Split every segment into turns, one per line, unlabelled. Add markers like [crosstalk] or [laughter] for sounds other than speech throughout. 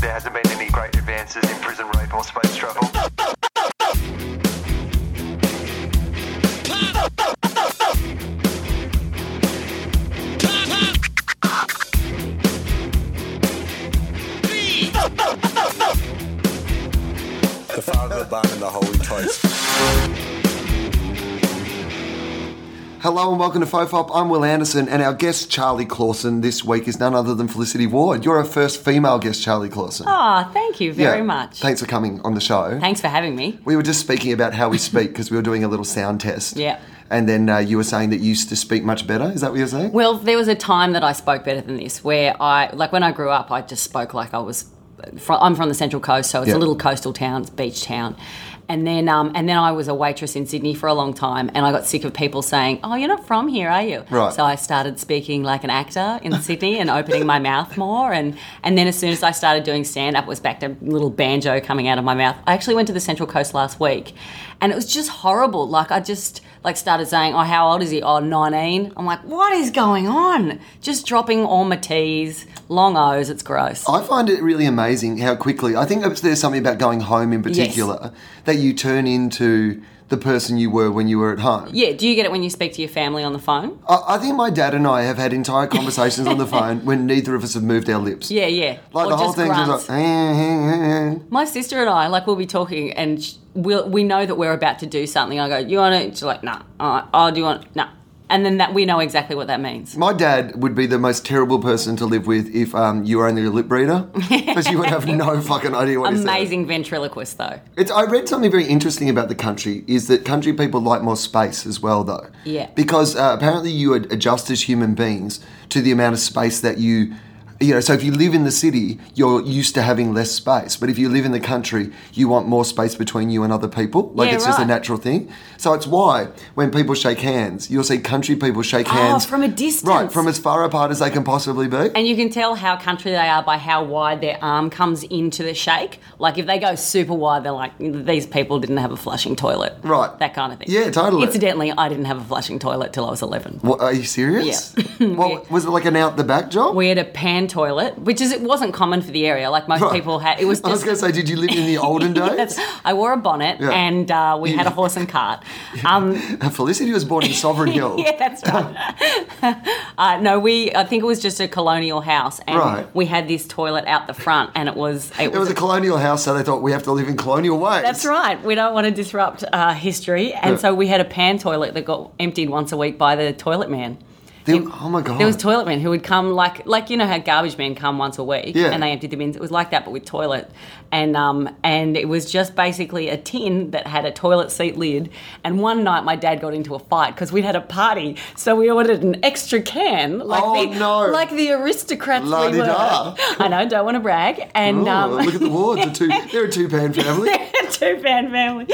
There hasn't been any great advances in prison rape or space travel.
The Father, the Son, and the Holy Toast.
Hello and welcome to FOFOP. I'm Will Anderson, and our guest, Charlie Clausen, this week is none other than Felicity Ward. You're our first female guest, Charlie Clausen.
Ah, thank you very much.
Thanks for coming on the show.
Thanks for having me.
We were just speaking about how we speak because we were doing a little sound test.
Yeah.
And then uh, you were saying that you used to speak much better. Is that what you're saying?
Well, there was a time that I spoke better than this, where I, like when I grew up, I just spoke like I was. From, I'm from the central coast, so it's
Yeah.
a little coastal town, it's a beach town. And then, um, and then I was a waitress in Sydney for a long time, and I got sick of people saying, "Oh, you're not from here, are you?"
Right.
So I started speaking like an actor in Sydney and opening my mouth more. And and then as soon as I started doing stand up, it was back to little banjo coming out of my mouth. I actually went to the Central Coast last week, and it was just horrible. Like I just like started saying, "Oh, how old is he? Oh, 19. I'm like, "What is going on?" Just dropping all my T's, long O's. It's gross.
I find it really amazing how quickly. I think there's something about going home in particular that you turn into the person you were when you were at home.
Yeah. Do you get it when you speak to your family on the phone?
I, I think my dad and I have had entire conversations
[laughs]
on the phone when neither of us have moved our lips.
Yeah, yeah.
Like
Or
the whole
just
thing's
grunts.
just like. "Eh,
My sister and I, like, we'll be talking, and sh- we'll, we know that we're about to do something. I go, "You want it?" She's like, "Nah." All right. Oh, do you want? Nah. And then that we know exactly what that means.
My dad would be the most terrible person to live with if um, you were only a lip reader, because you would have no fucking idea what he's saying.
Amazing ventriloquist, though.
It's, I read something very interesting about the country is that country people like more space as well, though.
Yeah.
Because uh, apparently you ad- adjust as human beings to the amount of space that you. You know, so if you live in the city, you're used to having less space. But if you live in the country, you want more space between you and other people. Like
Yeah,
it's just a
right.
natural thing. So it's why when people shake hands, you'll see country people shake hands
Oh, from a distance.
right from as far apart as they can possibly be.
And you can tell how country they are by how wide their arm comes into the shake. Like if they go super wide, they're like, "These people didn't have a flushing toilet."
Right.
That kind of thing.
Yeah, totally.
Incidentally, I didn't have a flushing toilet till I was eleven.
What, are you serious?
[laughs]
what was it like an out the back job?
We had a pan toilet, which is it wasn't common for the area. Like most
Right.
people had, it was. Just,
[laughs] I was going to say, did you live
[laughs]
in the olden days?
Yes. I wore a bonnet
Yeah.
and uh, we had a horse
[laughs]
and cart. Um,
Felicity was born in Sovereign
[laughs]
Hill.
yeah, that's right. [laughs] uh, no, we. I think it was just a colonial house, and
Right.
we had this toilet out the front, and it was it,
It was a colonial house, so they thought we have to live in colonial ways.
That's right. We don't want to disrupt uh, history, and
Yeah.
so we had a pan toilet that got emptied once a week by the toilet man.
There-
It-
oh my god.
There was toilet men who would come like like you know how garbage men come once a week
Yeah.
and they emptied the bins. It was like that but with toilet, and um and it was just basically a tin that had a toilet seat lid. And one night my dad got into a fight because we'd had a party, so we ordered an extra can like
Oh,
the
no.
like the aristocrats we were.
La-di-da.
I know, don't want to brag. And
Ooh,
um,
Oh, look at
[laughs]
the wards. The two, they're a two-pan family.
two fan family.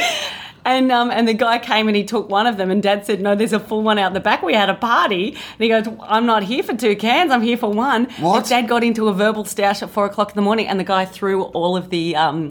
And um, and the guy came and he took one of them, and Dad said, "No, there's a full one out the back. We had a party." And he goes, "I'm not here for two cans. I'm here for one."
What?
And Dad got into a verbal stoush at four o'clock in the morning, and the guy threw all of the um,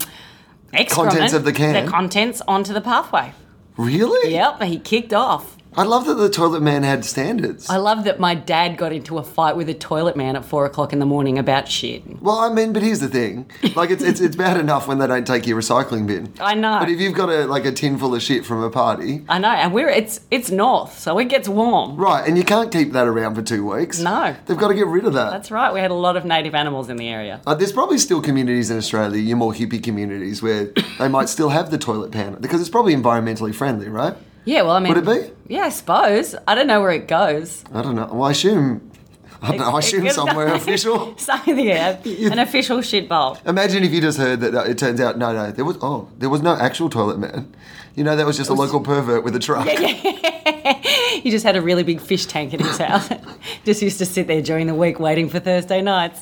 excrement,
Contents of the can?
the contents onto the pathway.
Really?
Yep, he kicked off.
I love that the toilet man had standards.
I love that my dad got into a fight with a toilet man at four o'clock in the morning about shit.
well, I mean, but here's the
[laughs]
thing: like, it's it's, it's bad enough when they don't take your recycling bin.
I know.
But if you've got a like a tin full of shit from a party,
I know, and we're it's it's north, so it gets warm.
right, and you can't keep that around for two weeks.
No.
they've got to get rid of that.
That's right. We had a lot of native animals in the area.
Uh, there's probably still communities in Australia, your more hippie communities, where [coughs] they might still have the toilet pan because it's probably environmentally friendly, right?
Yeah, well, I mean,
Would it
Yeah, I suppose. I don't know where it goes.
I don't know. Well, I assume. [laughs] I don't know. I
It- it
assume
could- [laughs]
somewhere official. [laughs]
Something, yeah, an official shit bowl. [laughs]
Imagine if you just heard that uh, it turns out no, no, there was oh, there was no actual toilet man. You know, that was just a local pervert with a truck. [laughs]
He just had a really big fish tank at his house. [laughs] just used to sit there during the week waiting for Thursday nights.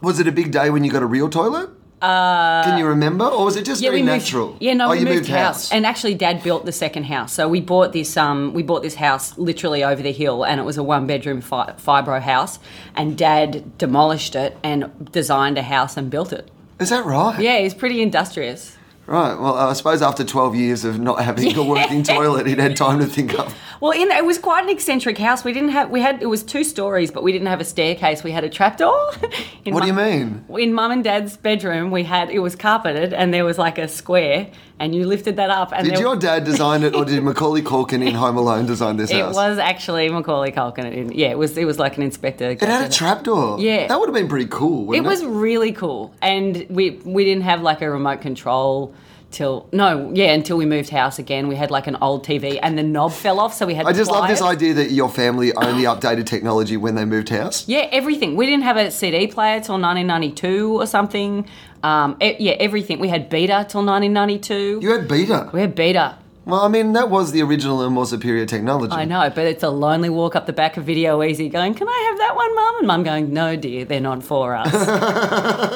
Was it a big day when you got a real toilet? Can you remember, or was it just very
we
natural?
Moved, Uh, yeah, no,
oh,
we
you
moved, house. and actually, Dad built the second house. So we bought this. Um, we bought this house literally over the hill, and it was a one-bedroom fi- fibro house. And Dad demolished it and designed a house and built it.
Is that right?
Yeah, he's pretty industrious.
Right. Well, I suppose after 12 years of not having a working
[laughs]
toilet, he'd had time to think up.
Well, in, it was quite an eccentric house. We didn't have. We had. It was two stories, but we didn't have a staircase. We had a trapdoor. [laughs] In
What do you
Mum-
mean?
in mum and dad's bedroom we had it was carpeted and there was like a square and you lifted that up and
Did
there,
your dad design it,
[laughs]
or did Macaulay Culkin in Home Alone design this
it
house?
was actually Macaulay Culkin in, yeah it was it was like an inspector
It had a trapdoor.
Yeah.
That would have been pretty cool.
it
Wouldn't it,
was really cool and we we didn't have like a remote control till no yeah until we moved house again we had like an old TV and the knob fell off so we had
I just love this
pliers.
idea that your family only
[gasps]
updated technology when they moved house.
Yeah, everything. We didn't have a CD player till 1992 or something. Um, e- yeah, everything. We had Beta till 1992.
You had beta.
we had Beta.
Well, I mean, that was the original and more superior technology.
I know, but it's a lonely walk up the back of Video Easy going, Can I have that one, Mum? And Mum going, No, dear, they're not
[laughs]
for us.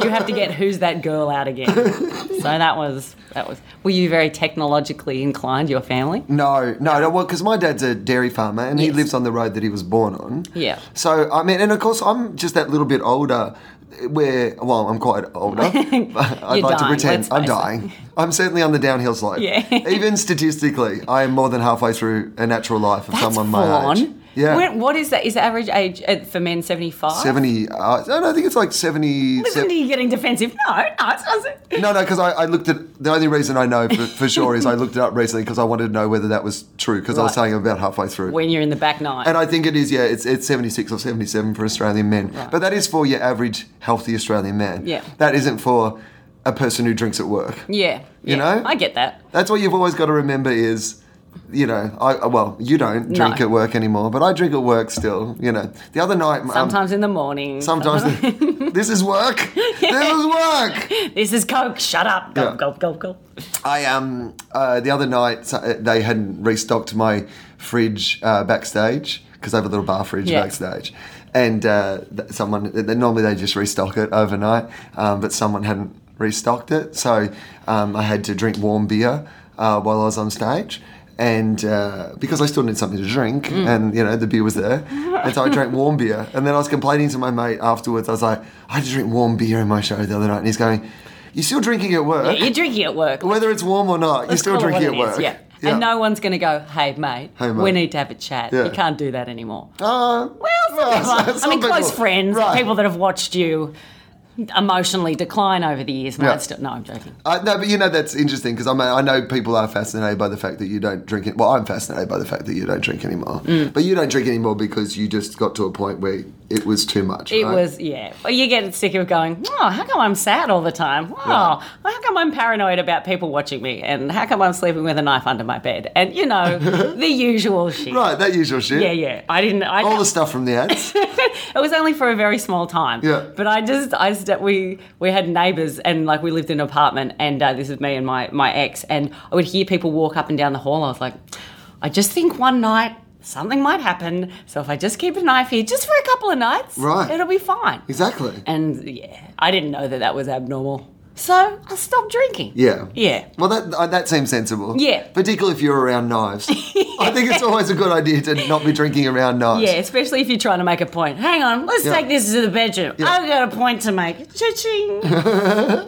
you have to get Who's That Girl out again. so that was, that was. Were you very technologically inclined, your family?
No, no, no. Well, because my dad's a dairy farmer and he
Yes.
lives on the road that he was born on.
Yeah.
So I mean, and of course, I'm just that little bit older. Where well, I'm quite older.
[laughs]
but I'd
You're
like to
dying,
pretend
let's
I'm
face it.
dying. I'm certainly on the downhill slope.
Yeah.
[laughs] Even statistically, I am more than halfway through a natural life of someone my age.
full-on.
Yeah.
When- what is that? Is the average age uh, for men 75?
Seventy. Uh, no, no, I think it's like seventy.
Listen to you getting defensive. No, no, it's not.
No, no, because I, I looked at the only reason I know for, for sure is I looked it up recently because I wanted to know whether that was true because I was
Right.
saying about halfway through.
When you're in the back nine.
And I think it is, yeah, it's, it's 76 or 77 for Australian men. But that is for your average healthy Australian man.
Yeah.
That isn't for a person who drinks at work.
yeah,
You
yeah,
know?
I get that.
That's what you've always got to remember is, you know, I well, you don't drink
No.
at work anymore, but I drink at work still, you know. The other night, um,
Sometimes in the morning.
sometimes, this is work. This is work.
[laughs] This is Coke. Shut up. Gulp,
Yeah.
gulp, gulp, gulp.
I um uh, the other night so- uh, they hadn't restocked my fridge uh, backstage because I have a little bar fridge
Yeah.
backstage, and uh, th- someone th- normally they just restock it overnight, um, but someone hadn't restocked it, so um, I had to drink warm beer uh, while I was on stage. And uh, because I still need something to drink, and you know the beer was there, and so I drank warm beer. And then I was complaining to my mate afterwards. I was like, I had to drink warm beer in my show the other night, and he's going, "You're still drinking at work."
Yeah, you're drinking at work.
Whether it's warm or not,
Let's
you're still
call it what
drinking at
it is,
work.
Yeah. And no one's going to go, hey, mate,
Hey, mate."
we need to have a chat.
Yeah.
You can't do that
[laughs]
anymore.
Uh,
well, some
well,
people-
some
I mean, close
people-
friends,
right.
people that have watched you emotionally decline over the years. No,
Yeah.
it's still, no I'm joking.
uh, no, but you know that's interesting because I mean I know people are fascinated by the fact that you don't drink it. Well, I'm fascinated by the fact that you don't drink anymore.
Mm.
But you don't drink anymore because you just got to a point where it was too much.
It
right?
was, yeah. Well, you get sick of going, oh, how come I'm sad all the time? Oh, how come I'm paranoid about people watching me? And how come I'm sleeping with a knife under my bed? And, you
[laughs]
know, the usual shit.
right that usual shit.
Yeah, yeah. I didn't. I,
All the stuff from the ads.
[laughs] It was only for a very small time.
Yeah.
But I just, I just, we we had neighbours and like we lived in an apartment and uh, this is me and my my ex and I would hear people walk up and down the hall. I was like, I just think one night something might happen. So if I just keep a knife here just for a couple of nights,
Right.
it'll be fine.
exactly.
And yeah, I didn't know that that was abnormal. So I stopped drinking.
Yeah.
Yeah.
Well, that uh, that seems sensible.
Yeah.
Particularly if you're around
[laughs]
knives. I think it's always a good idea to not be drinking around knives.
Yeah, especially if you're trying to make a point. Hang on, let's
Yeah.
take this to the bedroom.
Yeah.
I've got a point to make.
[laughs]
Cha-ching.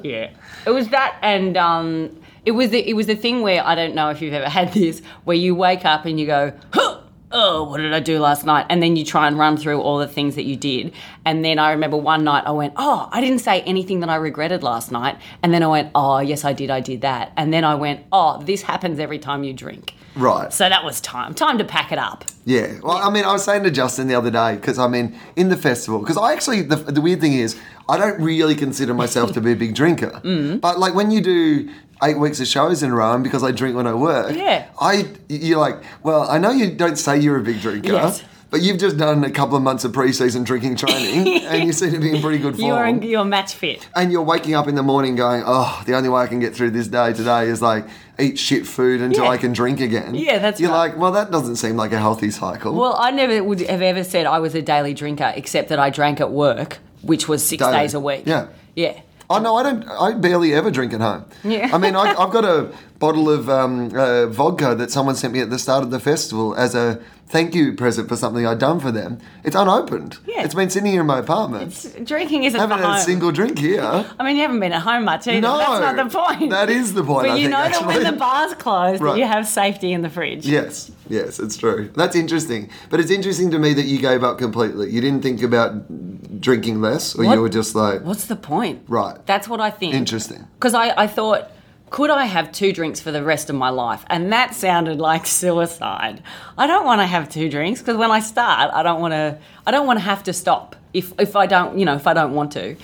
yeah, it was that, and um, it was the it was the thing where I don't know if you've ever had this, where you wake up and you go, huh, oh, what did I do last night? And then you try and run through all the things that you did, and then I remember one night I went, oh, I didn't say anything that I regretted last night, and then I went, oh, yes, I did, I did that, and then I went, oh, this happens every time you drink.
Right.
So that was time. Time to pack it up.
Yeah. Well, I mean, I was saying to Justin the other day because I mean, in the festival, because I actually the, the weird thing is I don't really consider myself to be a big
[laughs]
drinker,
Mm.
but like when you do eight weeks of shows in a row, and because I drink when I work,
Yeah.
I you're like, well, I know you don't say you're a big drinker.
Yes.
But you've just done a couple of months of pre-season
[laughs]
drinking training, and you seem to be in pretty good form
You're in, you're match fit.
and you're waking up in the morning going, oh, the only way I can get through this day today is like eat shit food until
Yeah.
I can drink again.
Yeah, that's
You're
right.
like, well, that doesn't seem like a healthy cycle.
Well, I never would have ever said I was a daily drinker, except that I drank at work, which was six
Daily.
days a week.
Yeah.
Yeah.
Oh no, I don't. I barely ever drink at home.
Yeah.
I mean, I,
[laughs]
I've got a bottle of um, uh, vodka that someone sent me at the start of the festival as a thank you present for something I'd done for them. It's unopened.
Yeah.
It's been sitting here in my apartment.
Drinking isn't
I haven't
for
had
home.
a single drink here.
I mean, you haven't been at home much either.
No,
that's not the point.
that is the point,
But
I
you
think,
know that when
actually.
the bar's closed,
Right.
you have safety in the fridge.
Yes, yes, it's true. That's interesting. But it's interesting to me that you gave up completely. You didn't think about drinking less, or
What-
you were just like,
What's the point?
Right.
That's what I think.
Interesting.
Because I, I thought, could I have two drinks for the rest of my life? And that sounded like [laughs] suicide. I don't want to have two drinks because when I start, I don't want to. I don't want to have to stop if if I don't, you know, if I don't
[coughs]
want to.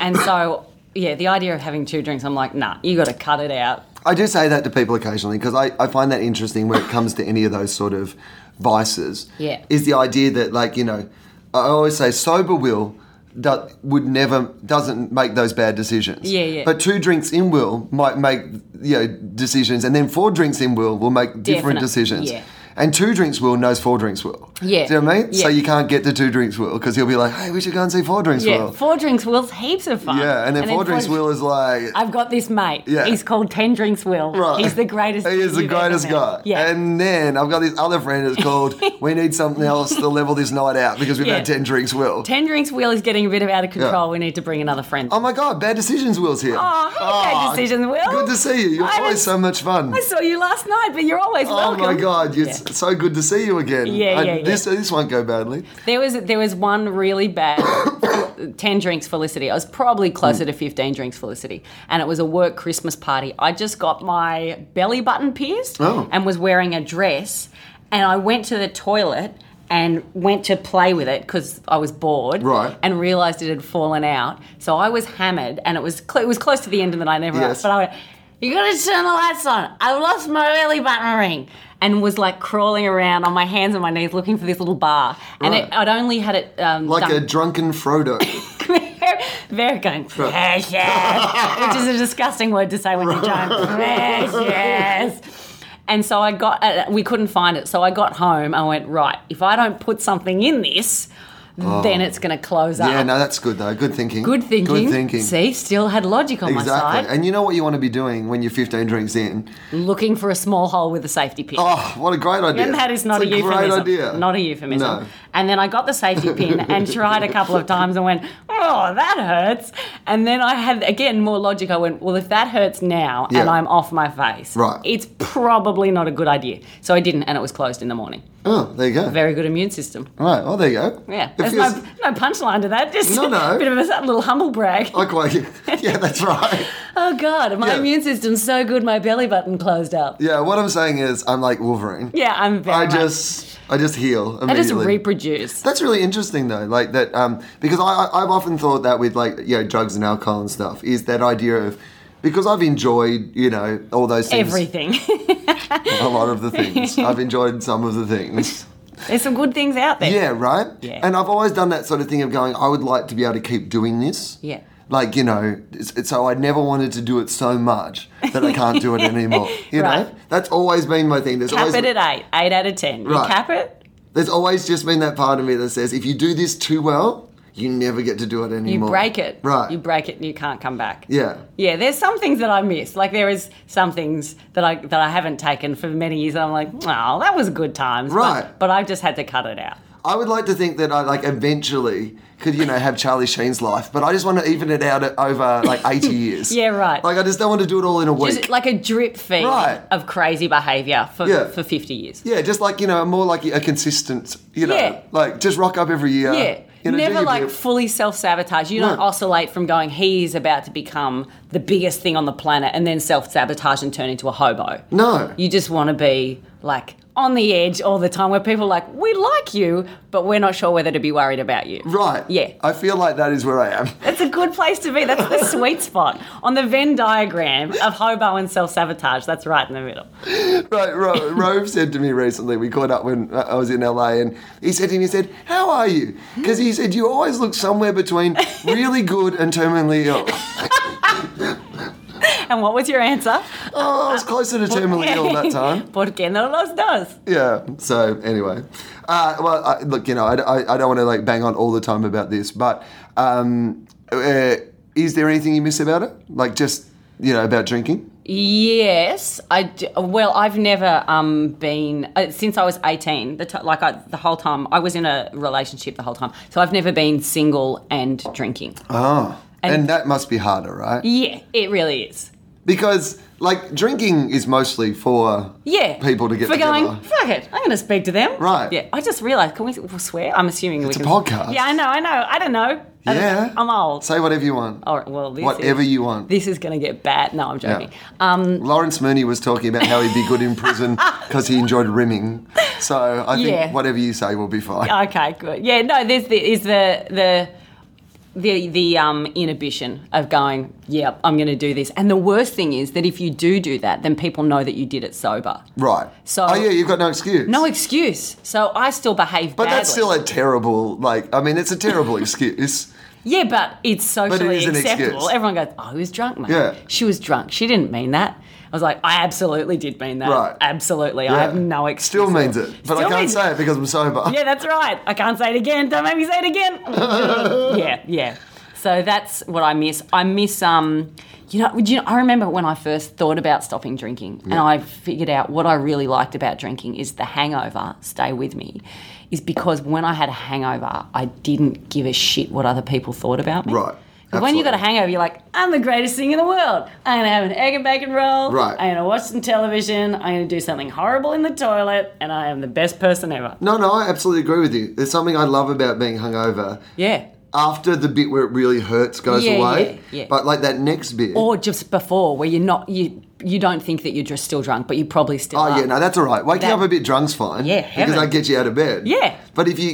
and so, yeah, the idea of having two drinks, I'm like, nah, you got to cut it out.
I do say that to people occasionally because I, I find that interesting when it comes to any of those sort of vices.
Yeah.
Is the idea that, like, you know, I always say sober will do, would never, doesn't make those bad decisions.
Yeah, yeah.
But two drinks in will might make, you know, decisions, and then four drinks in will will make different
Definite-
decisions.
yeah.
And two drinks will knows four drinks will.
Yeah.
Do you know what I mean? So
Yeah.
you can't get to two drinks will because he'll be like, hey, we should go and see four drinks
Yeah,
will.
four drinks will's heaps of fun.
yeah, and then four drinks will is like,
I've got this mate.
Yeah.
He's called Ten Drinks Will.
Right.
He's the greatest.
He is the
you've ever
greatest
met.
guy.
Yeah.
And then I've got this other friend that's
[laughs]
called We Need Something Else to Level This Night Out because we've
Yeah.
had 10 drinks, Will.
Ten Drinks Will is getting a bit out of control.
Yeah.
We need to bring another friend.
Oh my God, Bad Decisions Will's here.
Oh, hey, Bad
Oh,
Decisions Will.
Good to see you. You're
I
always
was-
so much fun.
I saw you last night, but you're always
Oh
welcome.
my God, it's so good to see you again.
Yeah, yeah,
This, this won't go badly.
There was there was one
[coughs]
really bad ten drinks Felicity. I was probably
Hmm.
closer to fifteen drinks Felicity, and it was a work Christmas party. I just got my belly button pierced
Oh.
and was wearing a dress, and I went to the toilet. And went to play with it because I was bored,
Right.
And realised it had fallen out. So I was hammered, and it was cl- it was close to the end of the night. And everyone,
Yes.
but I went, "You gotta turn the lights on. I lost my belly button ring," and was like crawling around on my hands and my knees looking for this little bar. And
Right.
it, I'd only had it um,
Like a
done-
drunken
[coughs]
Frodo.
[laughs] very going precious, which is a disgusting word to say when you're drunk. Precious. And so I got, uh, we couldn't find it. So I got home. I went right. If I don't put something in this, then it's going to close up.
Oh. yeah, no, that's good though. Good thinking.
Good thinking.
Good thinking.
See, still had logic on my side.
Exactly. And you know what you want to be doing when you're 15 drinks in?
Looking for a small hole with a safety pin.
Oh, what a great idea.
And that is not
It's
a, euphemism.
Great idea.
Not a euphemism.
No.
And then I got the
[laughs]
safety pin and tried a couple of times and went, oh, that hurts. And then I had, again, more logic. I went, well, if that hurts now and
Yeah.
I'm off my face,
Right.
it's probably not a good idea. So I didn't, and it was closed in the morning.
Oh, there you go.
Very good immune system.
Right. Well, there you go.
Yeah.
It
There's
feels-
no, no punchline to that. [laughs] Just
No, no.
a bit of a little humble brag.
I quite.
[laughs]
Yeah, that's right.
Oh, God, my
Yeah.
immune system's so good, my belly button closed up.
Yeah. What I'm saying is, I'm like Wolverine.
Yeah, I'm very
I
much-
just, I just heal
I
immediately.
just reproduce.
That's really interesting though, like that, um, because I, I- I've often thought that with like you know drugs and alcohol and stuff is that idea of because I've enjoyed you know all those things,
Everything. [laughs]
a lot of the things I've enjoyed some of the things.
There's some good things out there.
Yeah, right.
Yeah.
And I've always done that sort of thing of going, I would like to be able to keep doing this.
Yeah.
Like you know, it's, it's- so I never wanted to do it so much that I can't
[laughs]
do it anymore. You know,
Right.
that's always been my thing. There's
Cap
always
it at eight, eight out of ten. You
Right.
cap it,
there's always just been that part of me that says if you do this too well, you never get to do it
you
anymore.
break it.
Right.
You break it and you can't come back.
Yeah.
Yeah, there's some things that I miss. Like there is some things that I that I haven't taken for many years. I'm like, oh, that was good times. but-
Right.
But, I've just had to cut it out.
I would like to think that I like eventually could you know have Charlie Sheen's life, but I just want to even it out at- over like 80
[laughs]
years.
Yeah, right.
Like I just don't want to do it all in a week.
Just like a drip feed
Right.
of crazy behaviour for,
Yeah.
for 50 years.
yeah, just like you know, more like a consistent, you know,
Yeah.
like just rock up every year.
Yeah.
you know, do
Never
your
like
bit.
fully self sabotage. You don't
No.
oscillate from going, he is about to become the biggest thing on the planet and then self sabotage and turn into a hobo.
No.
You just want to be like on the edge all the time where people are like, we like you, but we're not sure whether to be worried about you.
right.
Yeah.
I feel like that is where I
[laughs]
am. [laughs]
That's a good place to be. That's the sweet spot on the Venn diagram of hobo and self sabotage. That's right in the middle.
Right, Ro- Rove said to me recently, we caught up when uh, I was in LA, and he said to me, he said, How are you? Because he said, You always look somewhere between really good and terminally ill.
And what was your answer?
[laughs] Oh, I was closer to terminally ill
[laughs]
that time.
Por qué no los dos?
Yeah, so anyway. Uh, well, I, look, you know, I, I, I don't want to like bang on all the time about this, but um, uh, Is there anything you miss about it? Like just you know about drinking?
Yes, I d- well, I've never um, been uh, since I was eighteen. The t- like I, the whole time I was in a relationship the whole time, so I've never been single and drinking.
Oh, and,
And-
that must be harder, right?
yeah, it really is.
Because like drinking is mostly for
Yeah,
people to get
for going.
together.
Fuck it, I'm going to speak to them.
Right.
Yeah, I just realised. Can we we'll swear? I'm assuming
It's
we
a
can.
podcast.
Yeah, I know. I know. I don't know. I don't
Yeah.
know. I'm old.
Say whatever you want.
All right, well, this
whatever
is,
you want.
This is going to get bad. No, I'm joking. Um,
Lawrence Mooney was talking about how he'd be good in
[laughs]
prison because he enjoyed rimming. So I think
Yeah.
whatever you say will be fine.
okay, good. Yeah, no, there's the is the the the the um inhibition of going, yep, I'm going to do this. And the worst thing is that if you do do that, then people know that you did it sober.
Right.
So-
oh yeah, you've got no excuse.
No excuse. So I still behave
but
badly.
that's still a terrible. Like I mean, it's a terrible excuse.
Yeah, but it's socially
is an
acceptable.
excuse.
Everyone goes, "Oh, he was drunk, mate.
Yeah.
She was drunk. She didn't mean that." I was like, "I absolutely did mean that.
Right.
Absolutely.
Yeah.
I have no excuse."
Still means it, but I
Still
can't
means
say
it.
it because I'm sober.
Yeah, that's right. I can't say it again. Don't make me say it
[laughs]
again. yeah, yeah. So that's what I miss. I miss um you know, do you know, I remember when I first thought about stopping drinking and I figured out what I really liked about drinking is the hangover, stay with me, is because when I had a hangover, I didn't give a shit what other people thought about me.
Right.
Because when you got a
Absolutely.
hangover, you're like, I'm the greatest thing in the world. I'm gonna have an egg and bacon roll.
Right.
I'm gonna watch some television. I'm gonna do something horrible in the toilet, and I am the best person ever.
No, no, I absolutely agree with you. There's something I love about being hungover.
Yeah.
After the bit where it really hurts goes
Yeah,
away,
yeah, yeah.
but like that next bit.
or just before where you're not you you don't think that you're just still drunk but you probably still
Oh
are.
yeah, no, that's all right. Waking
That-
up a bit drunk's fine.
Yeah,
because
heaven.
that gets you out of bed.
Yeah.
but
[laughs]
if you,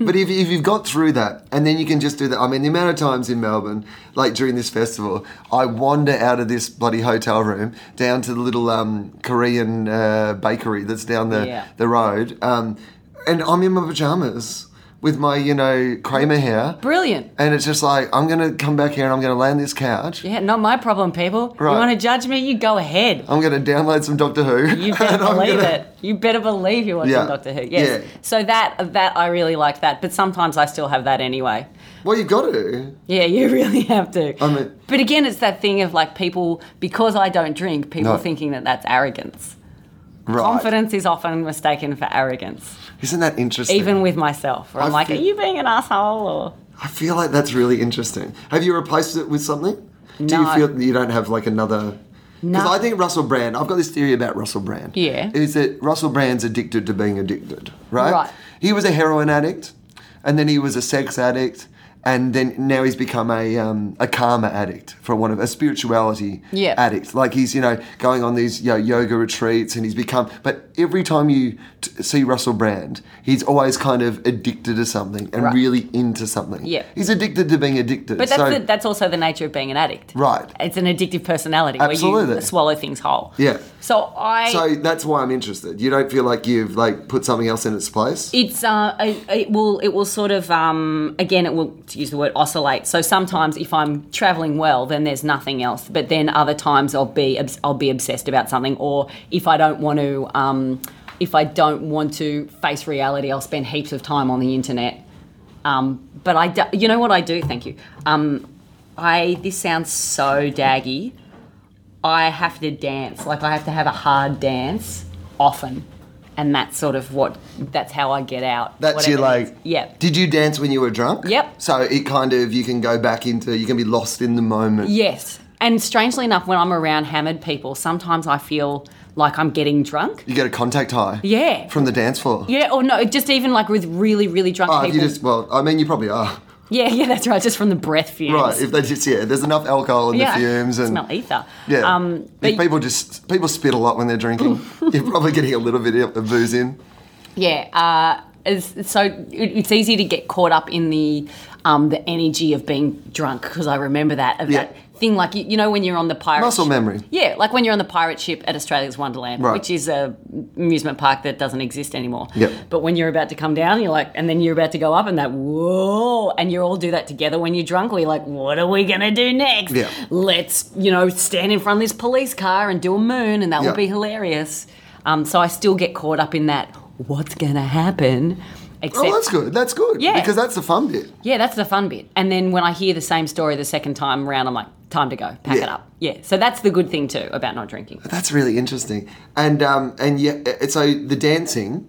but if, if you've got through that, and then you can just do that. I mean, the amount of times in Melbourne, like during this festival, I wander out of this bloody hotel room down to the little um, Korean uh, bakery that's down the
Yeah.
the road, um, and I'm in my pajamas with my you know Kramer hair.
brilliant
And it's just like I'm gonna come back here and I'm gonna lay on this couch.
yeah not my problem people
Right.
you want to judge me you go ahead
I'm gonna download some Doctor Who. [laughs]
you better
and I'm
believe
gonna-
it you better believe you're watching
Yeah.
doctor who yes
Yeah.
so that that i really like that but sometimes i still have that anyway
Well, you've got to.
yeah you [laughs] really have to
I mean-
but again it's that thing of like people because i don't drink people
No.
thinking that that's arrogance
Right.
confidence is often mistaken for arrogance
Isn't that interesting?
even with myself where i'm
I
like
feel-
are you being an asshole or
I feel like that's really interesting. Have you replaced it with something? Do you
No.
feel you don't have like another? Because
No.
I think Russell Brand. I've got this theory about Russell Brand.
Yeah.
Is that Russell Brand's addicted to being addicted, right?
Right.
He was a heroin addict, and then he was a sex addict, and then now he's become a um, a karma addict for one of a spirituality
Yeah.
addict. Like he's you know going on these you know, yoga retreats, and he's become. But every time you t- see Russell Brand, he's always kind of addicted to something and
Right.
really into something.
Yeah.
He's addicted to being addicted.
But that's,
so,
the, that's also the nature of being an addict.
Right.
It's an addictive personality where
Absolutely.
you swallow things whole.
Yeah.
So I.
so that's why I'm interested. You don't feel like you've like put something else in its place?
it's uh, it, it will it will sort of um, again it will to use the word oscillate. So sometimes if I'm traveling well, then there's nothing else. But then other times I'll be obs- I'll be obsessed about something. Or if I don't want to um, if I don't want to face reality, I'll spend heaps of time on the internet. Um, but I do, you know what I do? Thank you. Um, I this sounds so daggy. I have to dance. Like I have to have a hard dance often. And that's sort of what that's how I get out.
That's your
whatever it
like.
is. Yep.
Did you dance when you were drunk?
Yep.
So it kind of you can go back into you can be lost in the moment.
Yes. And strangely enough, when I'm around hammered people, sometimes I feel like I'm getting drunk.
You get a contact high.
Yeah.
From the dance floor.
Yeah, or no, just even like with really, really drunk
Oh, if
people.
you just well, I mean you probably are.
yeah, yeah, that's right. Just from the breath fumes.
Right. If they just yeah, there's enough alcohol in
yeah,
the fumes and
smell ether.
Yeah.
Um,
if
but
people just people spit a lot when they're
[laughs]
drinking, you're probably getting a little bit of booze in.
Yeah, uh, it's, so it- it's easy to get caught up in the um, the energy of being drunk because I remember that of
Yeah.
that thing like you, you know when you're on the pirate
Muscle
ship-
memory.
Yeah, like when you're on the pirate ship at Australia's Wonderland,
Right.
which is a amusement park that doesn't exist anymore.
Yep.
But when you're about to come down, you're like, and then you're about to go up, and that whoa, and you all do that together when you're drunk. We're like, what are we gonna do next?
Yeah.
Let's you know stand in front of this police car and do a moon, and that
Yeah.
would be hilarious. Um, so I still get caught up in that what's going to happen. Except,
Oh, that's good. That's good.
Yeah.
Because that's the fun bit.
yeah, that's the fun bit. And then when I hear the same story the second time round, I'm like, time to go, pack
Yeah.
it up. Yeah. So that's the good thing too about not drinking.
That's really interesting. And um, and yeah, uh, so the dancing,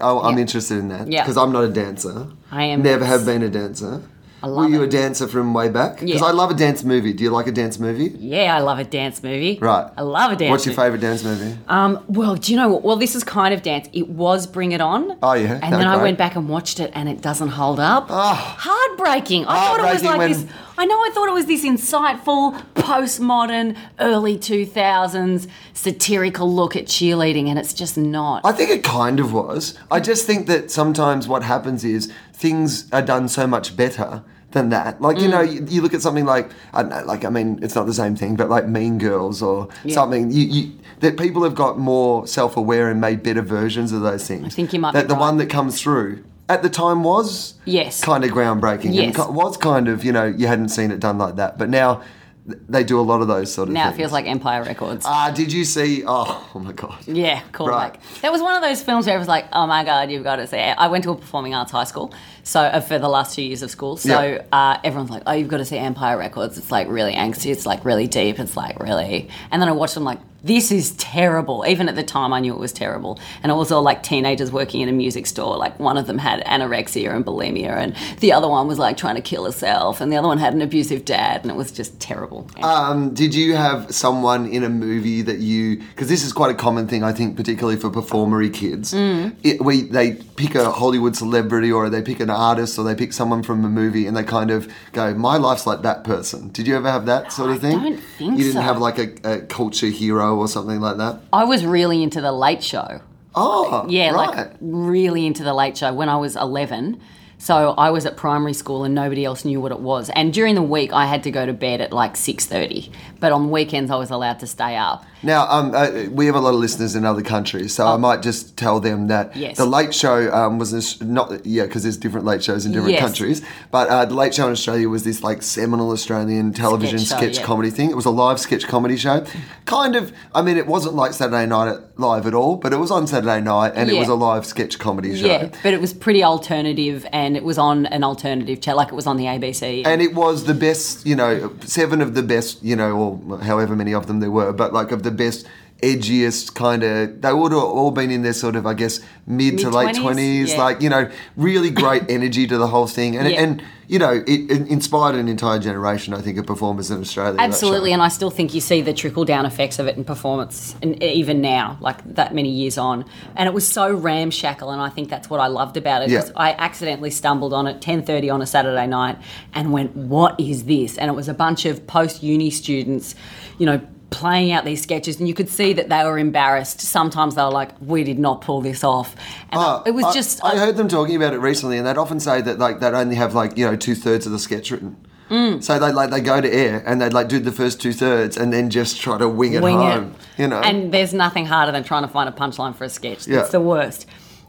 oh, I'm interested in that.
Yeah.
Because I'm not a dancer.
I am
Never
not.
have been a dancer. I
love
Were you
it.
a dancer from way back? Because
Yeah.
I love a dance movie. Do you like a dance movie?
Yeah, I love a dance movie.
Right.
I love a dance.
What's your
movie.
favourite dance movie?
Um, well, do you know what? Well, this is kind of dance. It was Bring It On.
Oh, yeah.
And
No,
then I
great. Ah.
went back and watched it, and it doesn't hold up. Heartbreaking. I thought it was
Heartbreaking
like
when-
this. I know. I thought it was this insightful, postmodern, early two thousands satirical look at cheerleading, and it's just not.
I think it kind of was. I just think that sometimes what happens is things are done so much better than that. Like, you know,
Mm.
you, you look at something like, I don't know, like, I mean, it's not the same thing, but like Mean Girls or something. You, you, that people have got more self aware and made better versions of those things. I
think you might be
That the
right.
one that comes through at the time was
Yes.
kind of groundbreaking and
Yes.
ki- was kind of, you know, you hadn't seen it done like that. But now th- they do a lot of those sort of
now
things.
it feels like Empire Records.
Ah, did you see? Oh, [laughs] oh my God.
Yeah, cool.
Right.
Like that was one of those films where it was like, oh my god, you've got to see it. I went to a performing arts high school, so uh, for the last two years of school, so
Yeah.
uh, everyone's like, oh, you've got to see Empire Records. It's like really angsty. It's like really deep. It's like really. And then I watched them like. This is terrible. Even at the time, I knew it was terrible. And it was all like teenagers working in a music store. Like one of them had anorexia and bulimia, and the other one was like trying to kill herself, and the other one had an abusive dad, and it was just terrible.
Um, did you have someone in a movie that you? Because this is quite a common thing, I think, particularly for performery kids.
Mm.
It, we they pick a Hollywood celebrity, or they pick an artist, or they pick someone from a movie, and they kind of go, "My life's like that person." Did you ever have that sort of thing?
don't think
you didn't
so.
have like a, a culture hero or something like that.
I was really into the Late Show.
Oh,
Yeah,
right.
like really into the late show when I was 11. So I was at primary school and nobody else knew what it was. And during the week I had to go to bed at like 6:30, but on weekends I was allowed to stay up.
Now, um, uh, we have a lot of listeners in other countries, so I might just tell them that
Oh. Yes.
the Late Show um, was this, not yeah, because there's different late shows in different
Yes.
countries. But uh, the Late Show in Australia was this like seminal Australian television sketch,
show, yeah.
comedy thing. It was a live sketch comedy show, kind of. I mean, it wasn't like Saturday Night at- Live at all, but it was on Saturday night, and it
Yeah.
was a live sketch comedy show.
Yeah, but it was pretty alternative and it was on an alternative channel like it was on the ABC.
and it was the best, you know, seven of the best, you know, or however many of them there were, but like of the best, edgiest kind of. They would have all been in their sort of, I guess, mid, to late
20s,
twenties,
yeah.
like you know, really
[coughs]
great energy to the whole thing, and
Yeah.
and you know, it, it inspired an entire generation, I think, of performers in Australia. that
Absolutely,
show.
and I still think you see the trickle down effects of it in performance, and even now, like that many years on. And it was so ramshackle, and I think that's what I loved about it.
Yeah.
'cause I accidentally stumbled on it ten thirty on a Saturday night, and went, "What is this?" And it was a bunch of post uni students, you know. Playing out these sketches, and you could see that they were embarrassed. Sometimes they were like, "We did not pull this off," and I- it was
Oh, I-
just.
I heard them talking about it recently, and they'd often say that like they'd only have like you know two thirds of the sketch written.
Mm.
So they like they go to air and they'd like do the first two thirds and then just try to wing it
wing
home.
it.
You know,
And there's nothing harder than trying to find a punchline for a sketch.
Yeah.
It's the worst.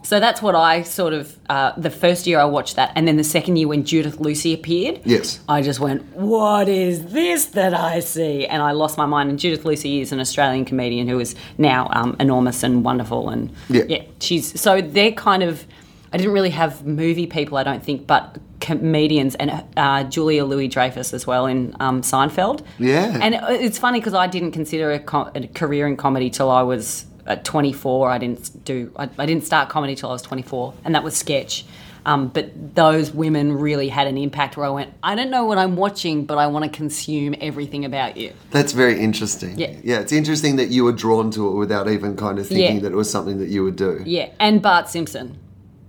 So that's what I sort of uh, the first year I watched that, and then the second year when Judith Lucy appeared,
Yes.
I just went, "What is this that I see?" And I lost my mind. And Judith Lucy is an Australian comedian who is now um, enormous and wonderful, and
Yeah.
she's so they're kind of. I didn't really have movie people, I don't think, but comedians and uh, Julia Louis Dreyfus as well in um, Seinfeld.
Yeah.
And it- it's funny because I didn't consider a, co- a career in comedy till I was at 24. I didn't do. I, I didn't start comedy till I was 24, and that was sketch. Um, but those women really had an impact where I went, I don't know what I'm watching, but I want to consume everything about you.
That's very interesting.
Yeah.
Yeah, it's interesting that you were drawn to it without even kind of thinking
Yeah.
that it was something that you would do.
Yeah. And Bart Simpson.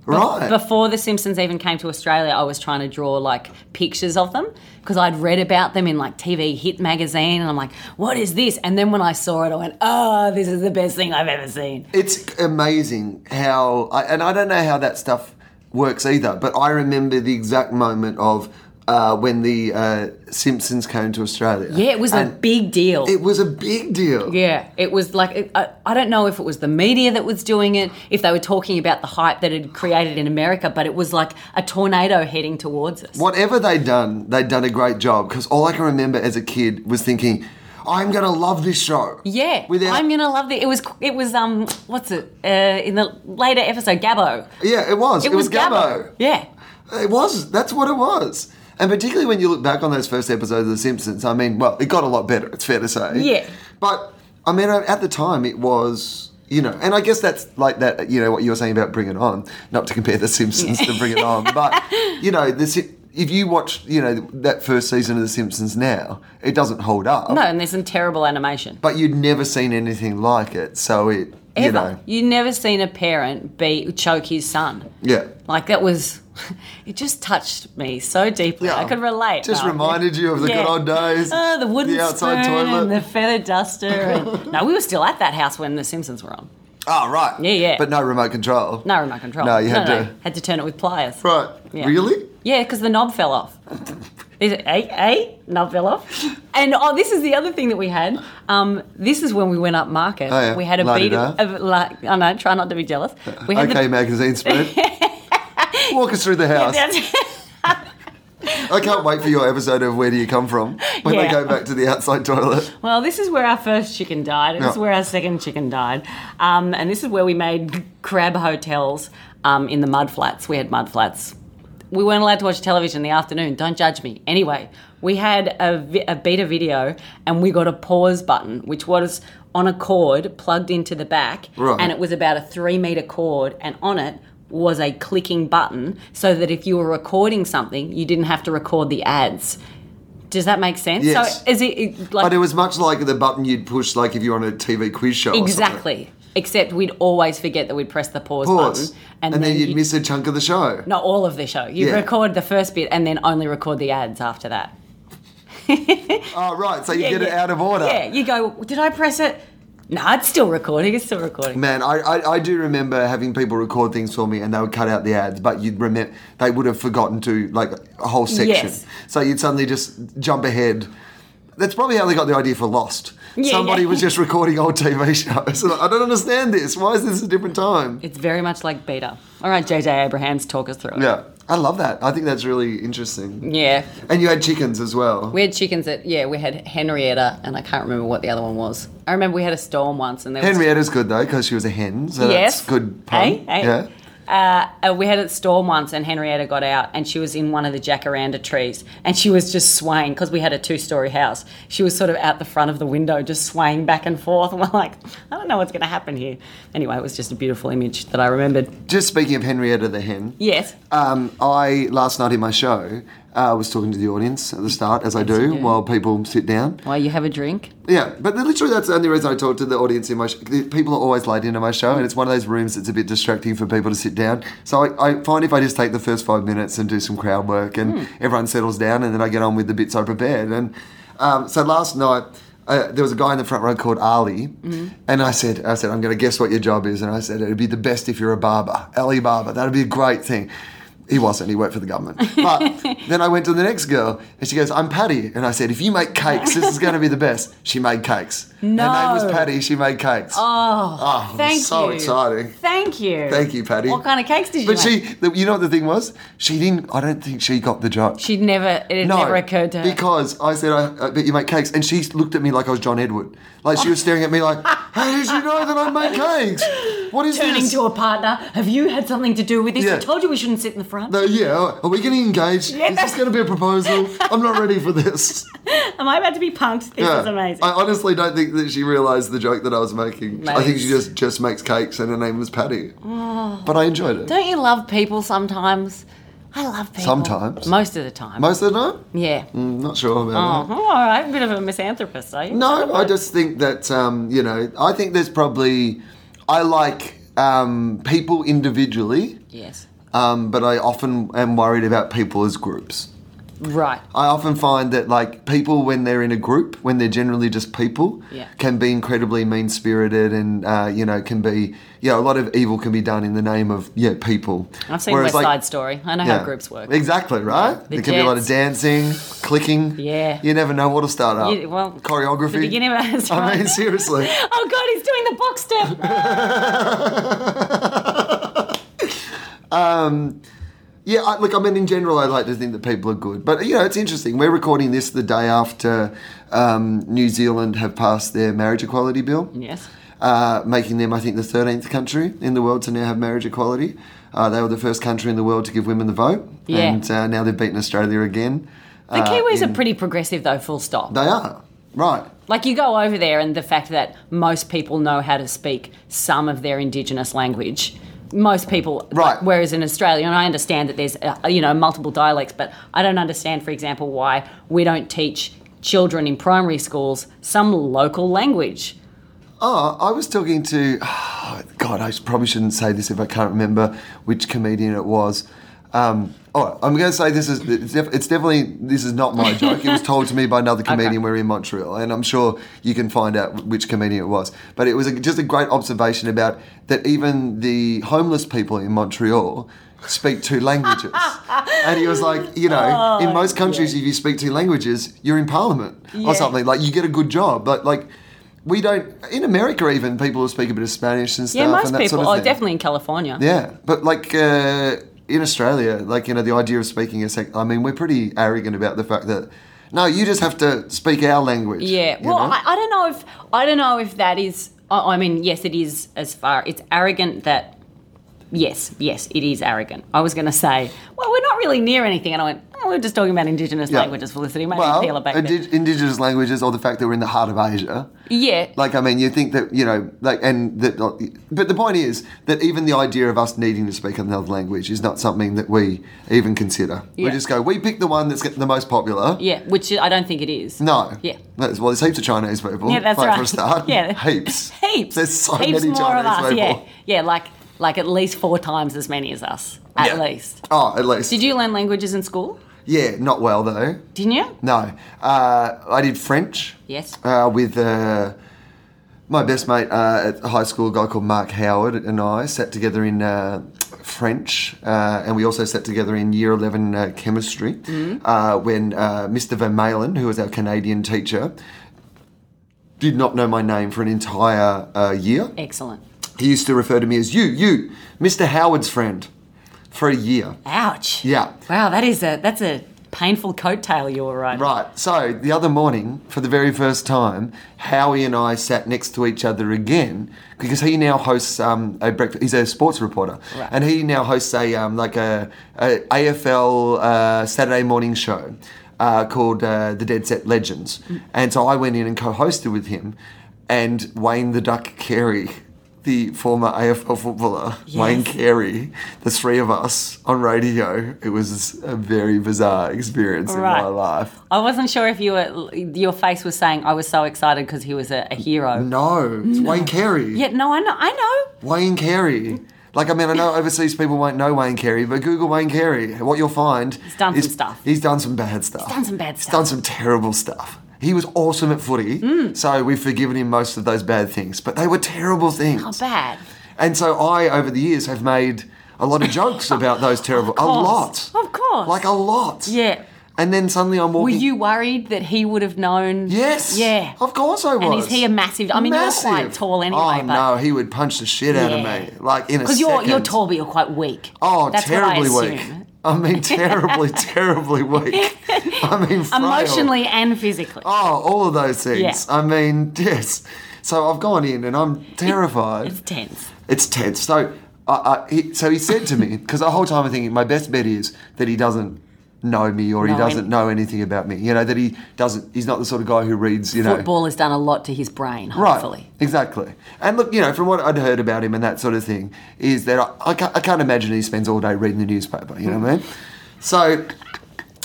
Right.
Before The Simpsons even came to Australia, I was trying to draw like pictures of them because I'd read about them in like TV Hit magazine, and I'm like, what is this? And then when I saw it, I went, oh, this is the best thing I've ever seen.
it's amazing how, I, and I don't know how that stuff works either, but I remember the exact moment of uh, when the uh, Simpsons came to Australia.
Yeah, it was a
And
big deal.
It was a big deal.
yeah, it was like it, I, I don't know if it was the media that was doing it, if they were talking about the hype that it had created in America, but it was like a tornado heading towards us.
Whatever they'd done, they'd done a great job because all I can remember as a kid was thinking, I'm gonna love this show.
Yeah,
Without,
I'm gonna love the. It was it was um what's it uh, in the later episode Gabbo.
yeah, it was. It, was, Gabbo.
Yeah,
It was. That's what it was. And particularly when you look back on those first episodes of The Simpsons, I mean, well, it got a lot better, it's fair to say.
Yeah.
But, I mean, at the time, it was, you know, and I guess that's like that, you know, what you were saying about Bring It On, not to compare The Simpsons to Bring It On, but,
[laughs]
you know, the, Sim- if you watch, you know, that first season of The Simpsons now, it doesn't hold up.
no, and there's some terrible animation.
But you'd never seen anything like it, so it, you know,
you never seen a parent be choke his son.
yeah.
Like that was, [laughs] it just touched me so deeply. I could relate.
Just
Mum.
reminded you of the good
Yeah.
old days.
Oh, the wooden
the outside
spoon
toilet.
and the feather
[laughs]
duster. And, no, we were still at that house when The Simpsons were on.
Oh, right.
Yeah, yeah.
But no remote control.
No remote control.
No, you had to-
had to turn it with pliers.
Right.
Yeah.
Really?
Yeah, because the knob fell off. These are, eh, eh, knob fell off. And oh, this is the other thing that we had. Um, this is when we went up market.
Oh, yeah.
We had a
La-di-da.
beat of, of like, I know, try not to be jealous. We had the- [laughs]
Okay, magazine spread. Walk us through the house. I can't wait for your episode of Where Do You Come From when they
Yeah.
go back to the outside toilet.
Well, this is where our first chicken died. and This is
Yeah.
where our second chicken died. Um, and this is where we made crab hotels um, in the mud flats. We had mud flats. We weren't allowed to watch television in the afternoon. Don't judge me. Anyway, we had a, vi- a beta video and we got a pause button, which was on a cord plugged into the back.
Right.
And it was about a three meter cord. And on it was a clicking button so that if you were recording something, you didn't have to record the ads. Does that make sense?
Yes.
So is it- it like
But it was much like the button you'd push, like if you're on a TV quiz show. or something.
Exactly. Except we'd always forget that we'd press the pause,
Pause.
button,
And, then, you'd miss a chunk of the show.
[laughs] not all of the show. You
Yeah.
would record the first bit and then only record the ads after that.
Oh, right. So [laughs] you
Yeah,
get it
yeah.
out of order.
Yeah, you go. Did I press it? No, it's still recording. It's still recording.
Man, I, I, I do remember having people record things for me and they would cut out the ads, but you'd remember they would have forgotten to like a whole section.
Yes.
So you'd suddenly just jump ahead. That's probably how they got the idea for Lost.
Yeah,
Somebody
yeah.
was just recording old TV [laughs] shows. And I don't understand this. Why is this a different time?
It's very much like beta. All right, JJ Abrahams, talk us through it.
Yeah. I love that. I think that's really interesting.
Yeah.
And you had chickens as well.
We had chickens that, yeah, we had Henrietta, and I can't remember what the other one was. I remember we had a storm once, and there was.
Henrietta's good though because she was a hen, so
yes.
that's good pun.
Hey, hey.
Yeah.
Uh, uh, we had a storm once, and Henrietta got out, and she was in one of the jacaranda trees, and she was just swaying because we had a two-story house. She was sort of out the front of the window, just swaying back and forth, [laughs] and we're like, I don't know what's going to happen here. Anyway, it was just a beautiful image that I remembered.
Just speaking of Henrietta the hen.
Yes,
Um, I last night in my show uh, was talking to the audience at the start, as I do, while people sit down.
while you have a drink,
Yeah, but literally that's the only reason I talk to the audience in my show. People are always late into my show, and it's one of those rooms that's a bit distracting for people to sit down. So I, I find if I just take the first five minutes and do some crowd work, and everyone settles down, and then I get on with the bits I prepared. And um, so last night. Uh, there was a guy in the front row called Ali, and I said, "I said I'm going to guess what your job is." And I said, "It'd be the best if you're a barber, Ali barber. That'd be a great thing." He wasn't. He worked for the government.
[laughs]
But then I went to the next girl, and she goes, "I'm Patty," and I said, "If you make cakes, this is going to be the best." She made cakes.
No.
Her name was Patty. She made cakes. Oh, it was
thank
so
you.
exciting.
Thank you.
Thank you, Patty.
What kind of cakes did you
But
make?
she, the- you know what the thing was? She didn't. I don't think she got the job.
She'd never. It had never occurred to her.
Because I said, I, I bet you make cakes. And she looked at me like I was John Edward. Like she was staring at me like, how did you know that I
[laughs]
make cakes? What is
Turning
this?
to a partner, have you had something to do with this?
Yeah.
I told you we shouldn't sit in the front.
no, yeah, are we getting engaged?
Yeah,
is this going to be a proposal? I'm not ready for
[laughs]
this.
Am I about to be punked? This
Yeah.
is amazing.
I honestly don't think that she realised the joke that I was making. I think she just, just makes cakes and her name was Patty. But I enjoyed it.
Oh. Don't you love people sometimes? I love people.
Sometimes.
Most of the time.
Most Mm. of the time?
yeah.
I'm not sure about that.
Oh, all right. Bit of a misanthropist, are you?
No, I just think that um, you know, I think there's probably I like um, people individually,
Yes.
um, but I often am worried about people as groups.
Right.
I often find that like people when they're in a group, when they're generally just people,
Yeah.
can be incredibly mean spirited and uh, you know can be you know a lot of evil can be done in the name of yeah people.
I've seen
Whereas,
West
like-
Side Story. I know how
yeah.
groups work.
Exactly, right? there can be a lot of dancing, clicking.
Yeah.
You never know what'll start up.
You- well,
choreography.
the beginning [laughs] of us,
I
right?
mean, seriously.
[laughs] Oh God, he's doing the box
[laughs]
step.
um, Yeah, I, look, I mean, in general, I like to think that people are good, but you know, it's interesting. We're recording this the day after um, New Zealand have passed their marriage equality bill.
Yes.
Uh, making them, I think, the 13th country in the world to now have marriage equality. Uh, they were the first country in the world to give women the vote,
Yeah.
and uh, now they've beaten Australia again.
The
Uh,
Kiwis are pretty progressive, though, full stop.
They are right.
Like you go over there, and the fact that most people know how to speak some of their indigenous language. Most people,
Right.
Whereas in Australia, and I understand that there's uh, you know multiple dialects, but I don't understand, for example, why we don't teach children in primary schools some local language.
Oh, I was talking to, God, I probably shouldn't say this if I can't remember which comedian it was. Um, oh, I'm going to say this is it's, def- it's definitely this is not my joke. It was told to me by another comedian. We We're in Montreal, and I'm sure you can find out which comedian it was. But it was a, just a great observation about that even the homeless people in Montreal speak two languages. and he was like, you know, in most countries, if you speak two languages, you're in parliament or something. Like you get a good job, but like. We don't in America even people who speak a bit of Spanish and stuff
Yeah, most
and that
people.
sort of
oh,
thing.
definitely in California.
Yeah, but like uh, in Australia, like you know, the idea of speaking a sec. I mean, we're pretty arrogant about the fact that no, you just have to speak our language.
Yeah.
you
Well,
know?
I, I don't know if I don't know if that is. I, I mean, yes, it is. As far it's arrogant that. Yes, yes, it is arrogant. I was going to say, well, we're not really near anything, and I went. Oh, we we're just talking about indigenous
Yeah.
languages, Felicity. Maybe
well,
peel it back. a bit.
indi- indigenous languages or the fact that we're in the heart of Asia.
yeah.
Like, I mean, you think that, you know, like, and that, uh, but the point is that even the idea of us needing to speak another language is not something that we even consider. We
Yeah.
just go, we pick the one that's the most popular.
yeah, which I don't think it is.
No.
Yeah.
That's, well, there's heaps of Chinese people.
Yeah, that's
like, For a
right.
start.
[laughs] Yeah.
Heaps.
Heaps.
There's so
heaps
many
more
Chinese
of us.
people.
Yeah, yeah, like like at least four times as many as us, at
Yeah.
least.
Oh, at least.
Did you learn languages in school?
Yeah, not well though.
Didn't you?
No, uh, I did French.
Yes.
Uh, with uh, my best mate uh, at high school, a guy called Mark Howard, and I sat together in uh, French, uh, and we also sat together in Year Eleven uh, chemistry
Mm.
uh, when uh, Mr. Van Malen, who was our Canadian teacher. Did not know my name for an entire uh, year.
Excellent.
He used to refer to me as you, you, Mr. Howard's friend, for a year.
Ouch.
Yeah.
Wow, that is a that's a painful coattail uh, you were right.
Right. So the other morning, for the very first time, Howie and I sat next to each other again because he now hosts um, a breakfast. He's a sports reporter, and he now hosts a um, like a, a AFL uh, Saturday morning show uh, called uh, the Dead Set Legends.
Mm.
And so I went in and co-hosted with him, and Wayne the Duck Carey. The former AFL footballer Wayne Carey, the three of us on radio. It was a very bizarre experience
Right.
in my life.
I wasn't sure if you were your face was saying I was so excited because he was a, a hero.
No, it's Wayne Carey.
Yeah, no, I know, I know.
Wayne Carey. Like, I mean, I know overseas people won't know Wayne Carey, but Google Wayne Carey. What you'll find. He's
done some stuff.
He's done some bad stuff.
done some bad
He's
stuff. Mm.
done some terrible stuff. He was awesome at footy, so we've forgiven him most of those bad things, but they were terrible things.
Not bad.
And so I, over the years, have made a lot of
[laughs]
jokes about those terrible. a
course.
lot.
Of course.
Like, a lot.
Yeah.
And then suddenly I'm
Were
walking.
you worried that he would have known?
Yes.
Yeah.
Of course I was.
And is he a massive? I mean, you're quite
Massive.
tall anyway.
Oh
but,
no, he would punch the shit out
Yeah.
of me, like in a
Because you're you're
second.
tall, but you're quite weak.
Oh,
That's
terribly
what I
weak.
assume.
I mean,
[laughs]
terribly, terribly weak. I mean, frail.
Emotionally and physically.
Oh, all of those things.
Yeah.
I mean, yes. So I've gone in and I'm terrified.
It's tense.
It's tense. So, uh, he, so he said to me because the whole time I'm thinking my best bet is that he doesn't know me or he
Know
doesn't
any-
know anything about me. You know that he doesn't. He's not the sort of guy who reads. You know,
Football has done a lot to his brain.
Right.
Hopefully.
Exactly. And look, you know, from what I'd heard about him and that sort of thing, is that I, I, can't, I can't imagine he spends all day reading the newspaper, you know what I mean? So,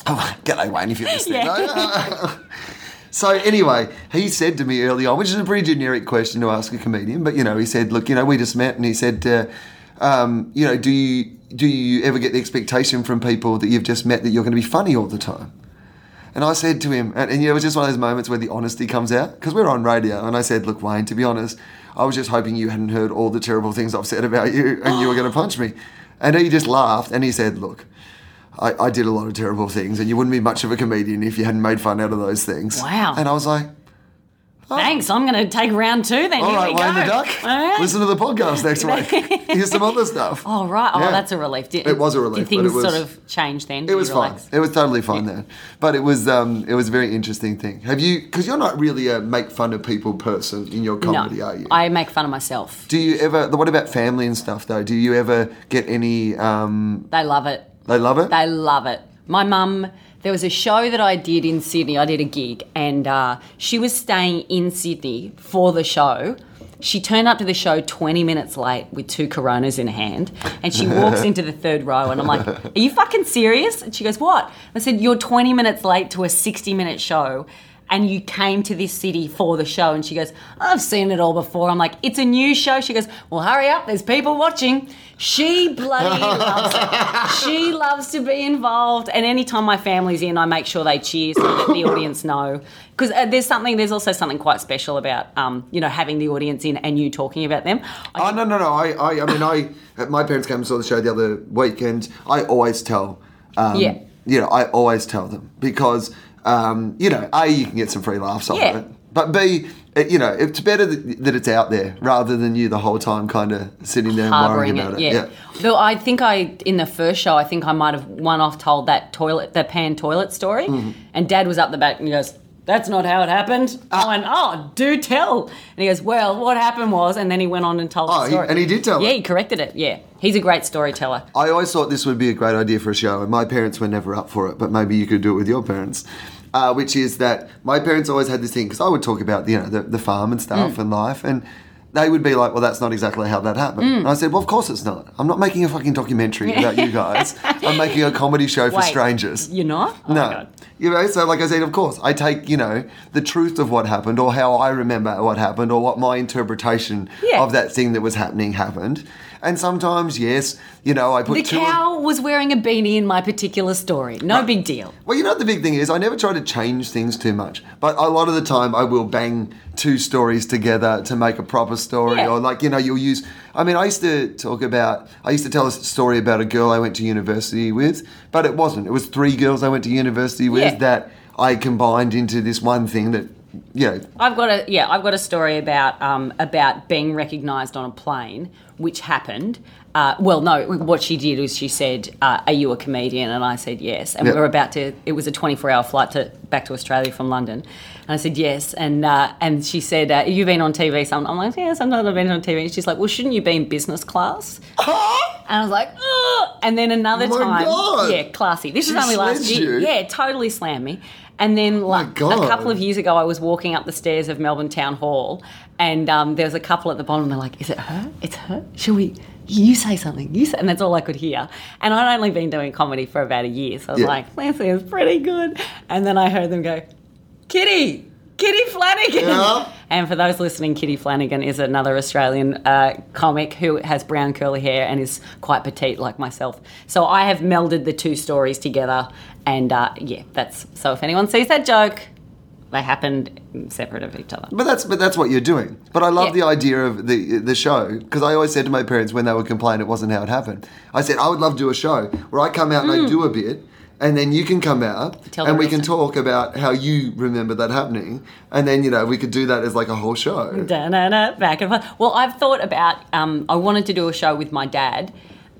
oh, g'day, Wayne, if you're listening. [laughs] so, anyway, he said to me early on, which is a pretty generic question to ask a comedian, but, you know, he said, look, you know, we just met and he said, uh, um, you know, do you, do you ever get the expectation from people that you've just met that you're going to be funny all the time? And I said to him, and, and you know, it was just one of those moments where the honesty comes out because we're on radio. And I said, Look, Wayne, to be honest, I was just hoping you hadn't heard all the terrible things I've said about you and you were
[gasps]
going to punch me. And he just laughed and he said, Look, I, I did a lot of terrible things and you wouldn't be much of a comedian if you hadn't made fun out of those things.
Wow.
And I was like,
Thanks. I'm going to take round two then.
All
Here
right,
we
Wayne
go.
the Duck.
All right.
Listen to the podcast
[laughs]
next week. Here's some other stuff.
All right. Oh,
Yeah.
that's a relief. Did,
It was a relief,
Did
but
things
it was-
sort of change then?
It
Did you
was fine.
relax?
It was totally fine then. But it was um, it was a very interesting thing. Have you? Because you're not really a make fun of people person in your comedy,
no,
are you?
I make fun of myself.
Do you ever? What about family and stuff though? Do you ever get any? Um,
They love it.
they love it.
They love it. My mum, there was a show that I did in Sydney. I did a gig, and uh, she was staying in Sydney for the show. She turned up to the show 20 minutes late with two coronas in hand, and
[laughs]
she walks into the third row, and I'm like, Are you fucking serious? And she goes, What? I said, You're 20 minutes late to a 60 minute show. And you came to this city for the show, and she goes, I've seen it all before. I'm like, It's a new show. She goes, Well, hurry up, there's people watching. She
[laughs]
bloody loves it. She loves to be involved. And anytime my family's in, I make sure they cheer so that the audience know. Because uh, there's something, there's also something quite special about, um, you know, having the audience in and you talking about them. I,
Oh no no no! I I, I mean I my parents came and saw the show the other week, and I always tell. Um,
Yeah.
You know, I always tell them because um, you know a you can get some free laughs off
Yeah.
of it, but b it, you know it's better that, that it's out there rather than you the whole time kind of sitting there and worrying
harboring
about
it,
it.
yeah. Though I think I in the first show, I think I might have one off told that toilet, the pan toilet story,
Mm-hmm.
and Dad was up the back and he goes. That's not how it happened.
Ah.
I went, oh, do tell. And he goes, well, what happened was, and then he went on and told
Oh,
the
he-
story.
and he did tell
Yeah,
it.
he corrected it. Yeah, he's a great storyteller.
I always thought this would be a great idea for a show, and my parents were never up for it, but maybe you could do it with your parents. Uh, which is that my parents always had this thing because I would talk about you know the, the farm and stuff and life, and they would be like, "Well, that's not exactly how that happened." And I said, "Well, of course it's not. I'm not making a fucking documentary about you guys. I'm making a comedy show for
Wait,
strangers."
You're not? Oh my
No.
God.
You know, so like I said, of course, I take, you know, the truth of what happened or how I remember what happened or what my interpretation
Yeah.
of that thing that was happening happened. And sometimes, yes, you know, I put
The
two.
cow was wearing a beanie in my particular story. No big deal.
well, you know, what the big thing is, I never try to change things too much, but a lot of the time I will bang two stories together to make a proper story
Yeah.
or like, you know, you'll use. I mean, I used to talk about, I used to tell a story about a girl I went to university with, but it wasn't. It was three girls I went to university with
Yeah.
that I combined into this one thing that, you know,
I've got a yeah, I've got a story about um, about being recognised on a plane, which happened. Uh, well, no, what she did was she said, uh, "Are you a comedian?" And I said yes. And
Yeah.
we were about to. It was a twenty-four hour flight to back to Australia from London, and I said yes. And uh, and she said, uh, "Have you been on TV?" Some I'm like, "Yeah, sometimes I've been on TV." And she's like, "Well, shouldn't you be in business class?" And I was like, oh. And then another
My
time,
God.
yeah, classy. This
She
was only last
sledged
year.
you.
Yeah, totally slammed me. And then, like
God.
a couple of years ago, I was walking up the stairs of Melbourne Town Hall, and um, there was a couple at the bottom. They're like, "Is it her? It's her. Shall we?" You say something, you say, and that's all I could hear. And I'd only been doing comedy for about a year, so I was
Yeah.
like, Lancy is pretty good. And then I heard them go, Kitty, Kitty Flanagan.
Yeah.
And for those listening, Kitty Flanagan is another Australian uh, comic who has brown curly hair and is quite petite like myself. So I have melded the two stories together, and uh, yeah, that's so. If anyone sees that joke, they happened separate of each other.
But that's but that's what you're doing. But I love
Yeah.
the idea of the the show because I always said to my parents when they would complain it wasn't how it happened. I said I would love to do a show where I come out and I do a bit, and then you can come out
Mm. Tell the
and we
real
can
story.
talk about how you remember that happening, and then you know we could do that as like a whole show.
Mm. Da-na-na, back and forth. Well, I've thought about. Um, I wanted to do a show with my dad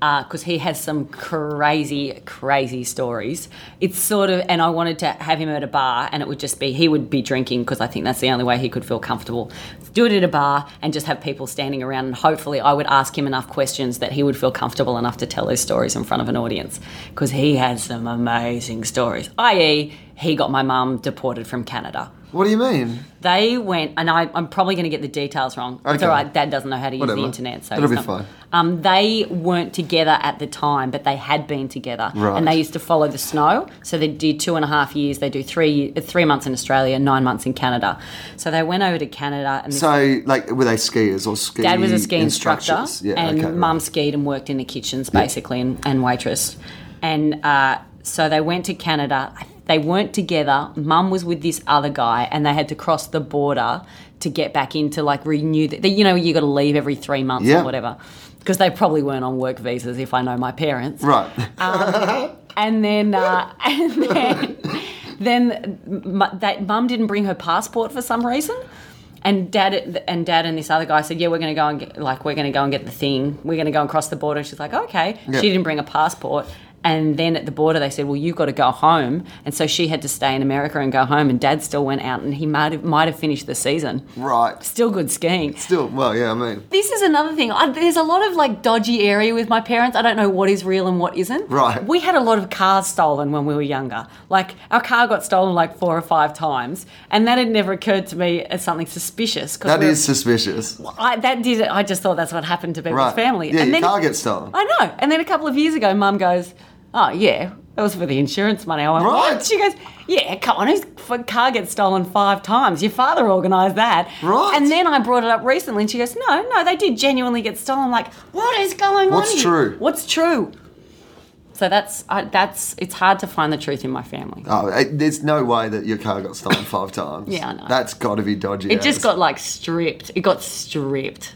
because he has some crazy, crazy stories. It's sort of, and I wanted to have him at a bar, and it would just be he would be drinking because I think that's the only way he could feel comfortable. Do it at a bar and just have people standing around, and hopefully, I would ask him enough questions that he would feel comfortable enough to tell those stories in front of an audience because he had some amazing stories. I.e., he got my mum deported from Canada.
What do you mean?
They went, and I, I'm probably going to get the details wrong. It's
Okay.
all right. Dad doesn't know how to use
Whatever.
the internet, so
It'll
it's
be
not-
fine.
Um, they weren't together at the time, but they had been together,
Right.
and they used to follow the snow. So they do two and a half years. They do three three months in Australia, nine months in Canada. So they went over to Canada, and this
So like were they skiers or ski?
Dad was a ski instructor,
instructors? Yeah,
and
okay, right.
Mum skied and worked in the kitchens basically, and, and waitress. And uh, so they went to Canada. They weren't together. Mum was with this other guy, and they had to cross the border to get back in to like renew. The, you know, you got to leave every three months
Yeah.
or whatever, because they probably weren't on work visas. If I know my parents,
Right.
Uh, Um, and then uh, [laughs] and then, then m- that mum didn't bring her passport for some reason. and dad and dad and this other guy said, "Yeah, we're going to go and get, like we're going to go and get the thing. We're going to go and cross the border." And she's like, "Okay."
Yeah.
She didn't bring a passport. And then at the border, they said, "Well, you've got to go home," and so she had to stay in America and go home. And Dad still went out, and he might have might have finished the season.
Right.
Still good skiing.
Still, well, yeah, I mean,
This is another thing. I, there's a lot of like dodgy area with my parents. I don't know what is real and what isn't.
Right.
We had a lot of cars stolen when we were younger. Like our car got stolen like four or five times, and that had never occurred to me as something suspicious. 'cause
that
we were-
is suspicious.
I, that did it. I just thought that's what happened to people's
Right.
family.
Yeah,
and
your
then
car gets stolen.
I know. And then a couple of years ago, Mum goes, "Oh yeah, that was for the insurance money." I went,
Right.
"What?" She goes, "Yeah, come on, whose f- car gets stolen five times? Your father organised that."
Right.
And then I brought it up recently, and she goes, "No, no, they did genuinely get stolen." I'm like, what is going
What's
on? here?
true?
What's true? So that's I, that's it's hard to find the truth in my family.
Oh, it, there's no way that your car got stolen [laughs] five times.
Yeah, I know.
That's got to be dodgy.
It just
as-
got like stripped. It got stripped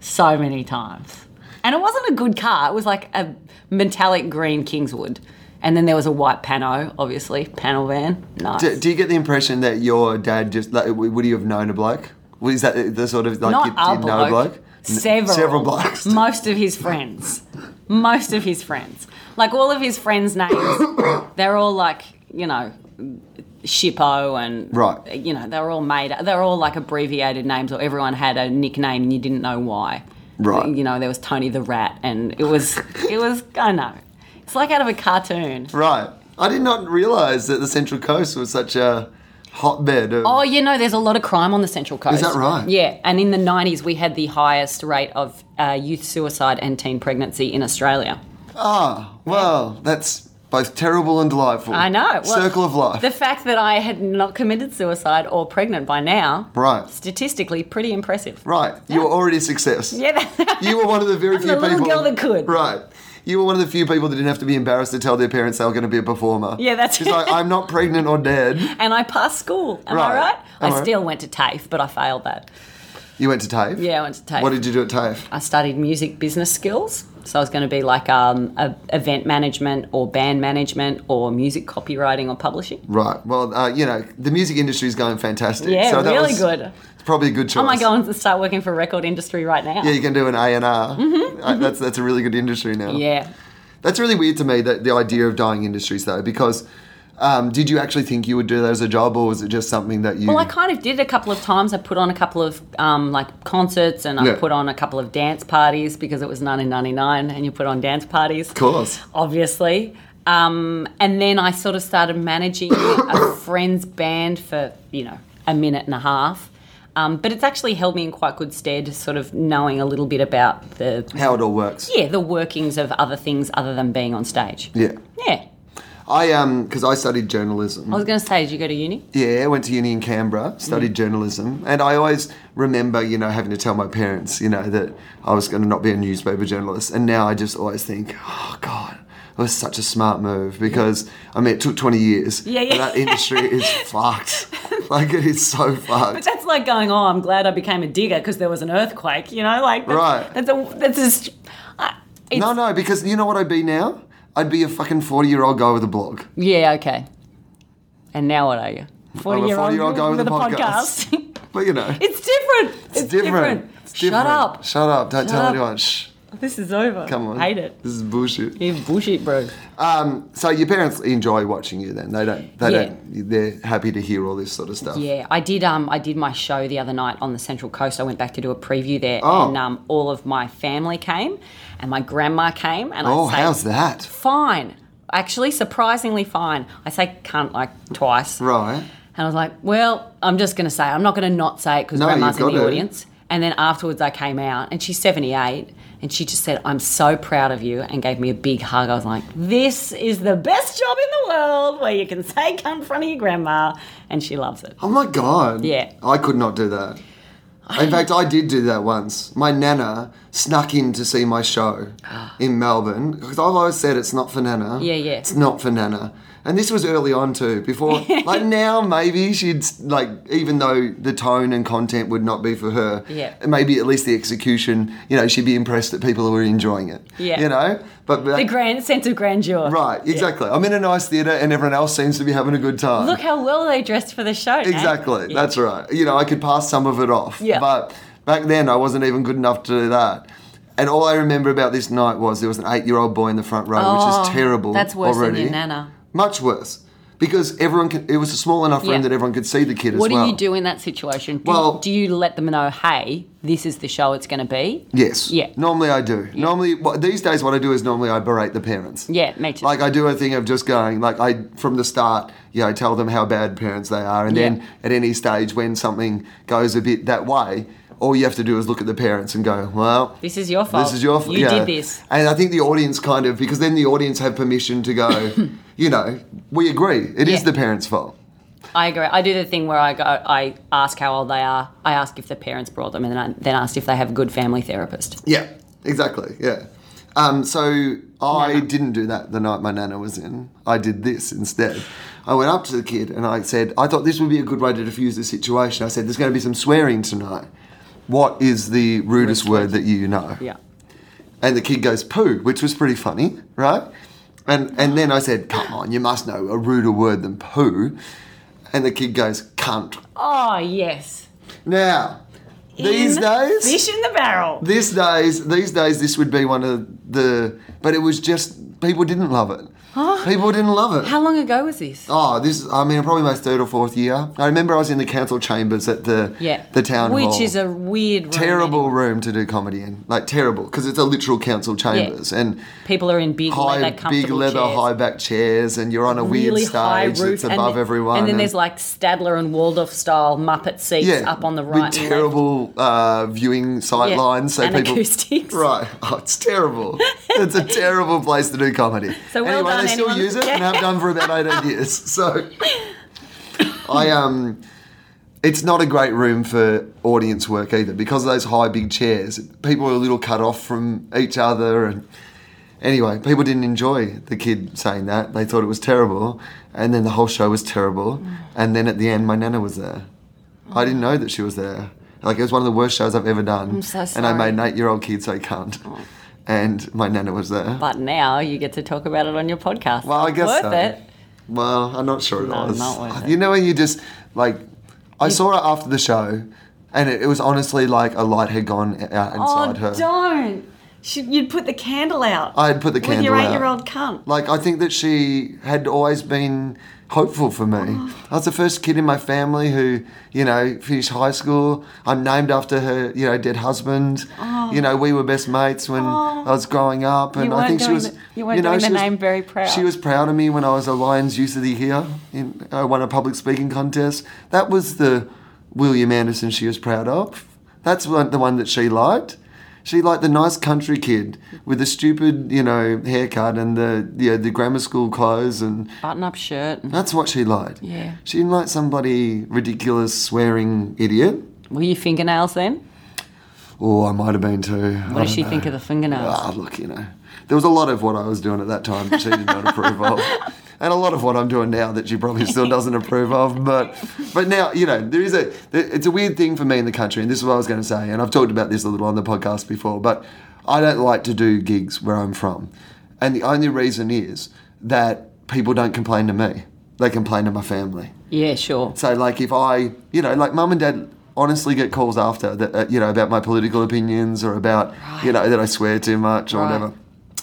so many times. And it wasn't a good car. It was like a metallic green Kingswood. And then there was a white pano, obviously. Panel van. Nice.
Do, do you get the impression that your dad just like, w- would he have known a bloke? Was that the- the sort of like
Not
you
a
did know a
bloke.
bloke? N-
Several.
several blokes.
[laughs] Most of his friends. Most of his friends. Like all of his friends' names, [coughs] they're all like, you know, Shippo and
Right.
you know, they were all made they were all like abbreviated names or everyone had a nickname and you didn't know why.
Right.
You know, there was Tony the Rat and it was it was I know. It's like out of a cartoon.
Right. I did not realise that the Central Coast was such a hotbed. Of,
Oh, you know, there's a lot of crime on the Central Coast.
that right?
Yeah, and in the 90s, we had the highest rate of uh, youth suicide and teen pregnancy in Australia.
Ah, well, that's both terrible and delightful.
I know. Well,
Circle of life.
The fact that I had not committed suicide or pregnant by now,
Right.
statistically, pretty impressive.
Right. You were already a success.
Yeah, that-
You were one of the very few
the little
people.
girl that could.
Right. You were one of the few people that didn't have to be embarrassed to tell their parents they were going to be a performer.
Yeah, that's-
She's like, I'm not pregnant or dead.
[laughs] and I passed school. Am
Right.
I right?
Am I
I
right?
still went to TAFE, but I failed that.
You went to TAFE.
Yeah, I went to TAFE.
What did you do at TAFE?
I studied music business skills. So I was going to be like um, a, event management or band management or music copywriting or publishing.
Right. Well, uh, you know, the music industry is going fantastic.
Yeah,
so that
really
was
good. Oh
It's probably a good choice.
I might go and start working for record industry right now.
Yeah, you can do an A and R. That's that's a really good industry now.
Mm-hmm, yeah.
That's really weird to me that the idea of dying industries though, because um, did you actually think you would do that as a job, or was it just something that you?
Well, I kind of did a couple of times. I put on a couple of um, like concerts, and I
Yeah.
put on a couple of dance parties because it was 1999, and you put on dance parties.
of course.
obviously. Um, and then I sort of started managing
[coughs]
a friend's band for, you know, a minute and a half. Um, but it's actually held me in quite good stead, sort of knowing a little bit about the
How it all works.
yeah the workings of other things other than being on stage.
Yeah.
Yeah.
I um because I studied journalism.
I was going to say, did you go to uni?
Yeah, I went to uni in Canberra, studied
Mm.
journalism, and I always remember, you know, having to tell my parents, you know, that I was going to not be a newspaper journalist. And now I just always think, oh God, it was such a smart move because I mean, it took 20 years.
Yeah, yeah.
But that industry
[laughs]
is fucked. Like it is so
But
fucked.
that's like going, oh, I'm glad I became a digger because there was an earthquake. You know, like that's,
Right.
That's a that's a. st- I- it's-
No, no, because you know what I'd be now? I'd be a fucking 40 year old guy with a blog.
Yeah. Okay. And now what are you? Forty year old.
40-year-old guy with a podcast.
podcast. [laughs]
But you know,
It's different. It's,
It's different.
Shut up.
Shut up. Don't tell
up.
anyone. Shh.
This is over.
Come on.
Hate it.
This is bullshit.
You bullshit, bro.
Um, so your parents enjoy watching you then. They don't they
Yeah.
don't they're happy to hear all this sort of stuff.
Yeah, I did. Um, I did my show the other night on the Central Coast. I went back to do a preview there,
Oh.
and um, all of my family came, and my grandma came, and
Oh,
I say,
how's that?
Fine, actually, surprisingly fine. I say cunt like twice,
Right.
and I was like, well, I'm just gonna say, it. I'm not gonna not say it because
No,
grandma's
you've
in the
got to.
audience. And then afterwards, I came out, and she's 78, and she just said, "I'm so proud of you," and gave me a big hug. I was like, "This is the best job in the world, where you can say cunt in front of your grandma," and she loves it.
Oh my god.
Yeah.
I could not do that. In fact, I did do that once. My nana snuck in to see
[gasps]
my show in Melbourne because I've always said it's not for nana.
Yeah, yeah.
It's not for nana. And this was early on too.
[laughs]
Before, like now, maybe she'd like, even though the tone and content would not be for her,
Yeah.
Maybe at least the execution, you know, she'd be impressed that people who are enjoying it.
Yeah.
You know, but, but
The grand sense of grandeur.
right, exactly. I'm in a nice theatre, and everyone else seems to be having a good time.
Look how well they dressed for the show. Nat.
Exactly.
Yeah.
That's right. You know, I could pass some of it off.
Yeah.
But back then, I wasn't even good enough to do that. And all I remember about this night was there was an eight-year-old boy in the front row,
Oh,
which is terrible.
that's worse than
already.
your nana.
Much worse, because everyone could, it was a small enough room
Yeah.
that everyone could see the kid as
What
well.
do you do in that situation? Do,
Well-
do you let them know, hey, this is the show it's going to be?
Yes.
Yeah.
Normally I do. Normally, well, these days, what I do is normally I berate the parents.
Yeah, me too.
Like I do a thing of just going like I from the start, yeah, I tell them how bad parents they are, and then
Yeah.
at any stage when something goes a bit that way, all you have to do is look at the parents and go, well,
This is your fault.
This is your fault.
You
yeah.
did this.
And I think the audience kind of because then the audience have permission to
[laughs]
go, you know, we agree, it is
Yeah.
the parents' fault.
I agree. I do the thing where I go, I ask how old they are. I ask if their parents brought them, and then I then ask if they have a good family therapist.
Yeah, exactly. Yeah. Um, so I didn't do that the night my nana was in. I did this instead. I went up to the kid and I said, I thought this would be a good way to diffuse the situation. I said, there's going to be some swearing tonight. What is the rudest word that you know?
Yeah.
And the kid goes, poo, which was pretty funny, right? And, and then I said, come on, you must know a ruder word than poo. And the kid goes, cunt.
Oh yes.
Now, these
In
days.
Fish in the barrel.
These days, these days, this would be one of the. But it was just people didn't love it. People didn't love it.
How long ago was this?
Oh, this! I mean, probably my third or fourth year. I remember I was in the council chambers at the
Yeah.
the town
Which
hall.
is a weird, room
terrible
anyway.
room to do comedy in. Like terrible because it's a literal council chambers and
People are in big
high,
leather,
big
comfortable
leather,
chairs.
high back chairs, and you're on a
really
weird
high
stage
roof
that's above
and,
everyone.
And then there's like Stadler and Waldorf style Muppet seats up on the right.
With
and left.
terrible uh, viewing sight
Yeah,
lines, so
and
people [laughs]
acoustics.
Right, oh, it's terrible. it's a terrible place to do comedy.
[laughs] So well
anyway,
done,
they still
anyone-
use it and
Yeah.
have done for
[laughs]
about eight years. So I um, it's not a great room for audience work either because of those high big chairs. People are a little cut off from each other and. Anyway, people didn't enjoy the kid saying that. They thought it was terrible, and then the whole show was terrible.
Mm.
And then at the end, my nana was there. I didn't know that she was there. Like it was one of the worst shows I've ever done. I'm
so
And I
sorry. Oh.
made an eight-year-old kid say "cunt," and my nana was there.
But now you get to talk about it on your podcast.
well, I guess
worth
so.
it.
Well, I'm not sure it
No,
was.
not worth it.
You know when you just like, I saw her after the show, and it, it was honestly like a light had gone out
Oh,
inside her.
don't. She, you'd put the candle out.
I had put the candle
with your
out.
eight-year-old cunt.
Like I think that she had always been hopeful for me. I was the first kid in my family who, you know, finished high school. I'm named after her, you know, dead husband. You know, we were best mates when I was growing up, and I
weren't
think she
doing
was.
the- you weren't
know,
doing
she
the
was-
name very proud.
She was proud of me when I was a Lions Youth of the Year. In, I won a public speaking contest. That was the William Anderson she was proud of. That's one- the one that she liked. She liked the nice country kid with the stupid, you know, haircut and the you know, the grammar school clothes, and
Button-up shirt.
that's what she liked.
Yeah.
She didn't like somebody ridiculous swearing idiot.
Were you fingernails then?
Oh, I might have been too.
What does she think of the fingernails?
Ah, look, you know, there was a lot of what I was doing at that time that she did not approve of, and a lot of what I'm doing now that she probably still doesn't approve of. But, but now, you know, there is a, there- it's a weird thing for me in the country, and this is what I was going to say, and I've talked about this a little on the podcast before, but I don't like to do gigs where I'm from, and the only reason is that people don't complain to me; they complain to my family.
Yeah, sure.
So, like, if I, you know, like, mum and dad honestly get calls after that, uh, you know, about my political opinions or about, you know, that I swear too much or
Right.
whatever.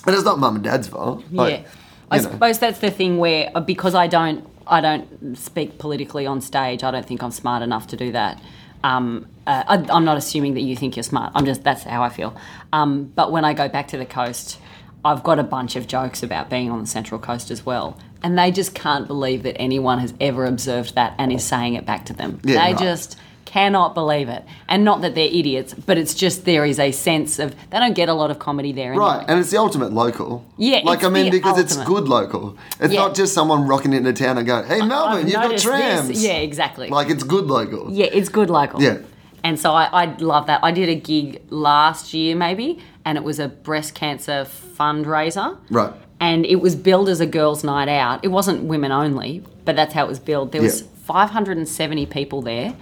And it's not mum and dad's fault. Like,
yeah. I
you know.
suppose that's the thing where uh, because I don't I don't speak politically on stage. I don't think I'm smart enough to do that. Um, uh, I, I'm not assuming that you think you're smart. I'm just that's how I feel. Um, but when I go back to the coast, I've got a bunch of jokes about being on the Central Coast as well, and they just can't believe that anyone has ever observed that and is saying it back to them.
Yeah,
they
right.
just cannot believe it, and not that they're idiots, but it's just there is a sense of they don't get a lot of comedy there. Anyway.
Right, and it's the ultimate local.
Yeah,
like
it's
I mean,
the
because it's
ultimate.
good local. It's
Yeah.
not just someone rocking into town and going, "Hey, Melbourne,
I've
you've got
noticed this.
trams."
Yeah, exactly.
Like it's good local.
Yeah, it's good local.
Yeah.
And so I, I love that. I did a gig last year, maybe, and it was a breast cancer fundraiser.
Right.
and it was billed as a girls' night out. It wasn't women only, but that's how it was billed. There was
Yeah.
570 people there.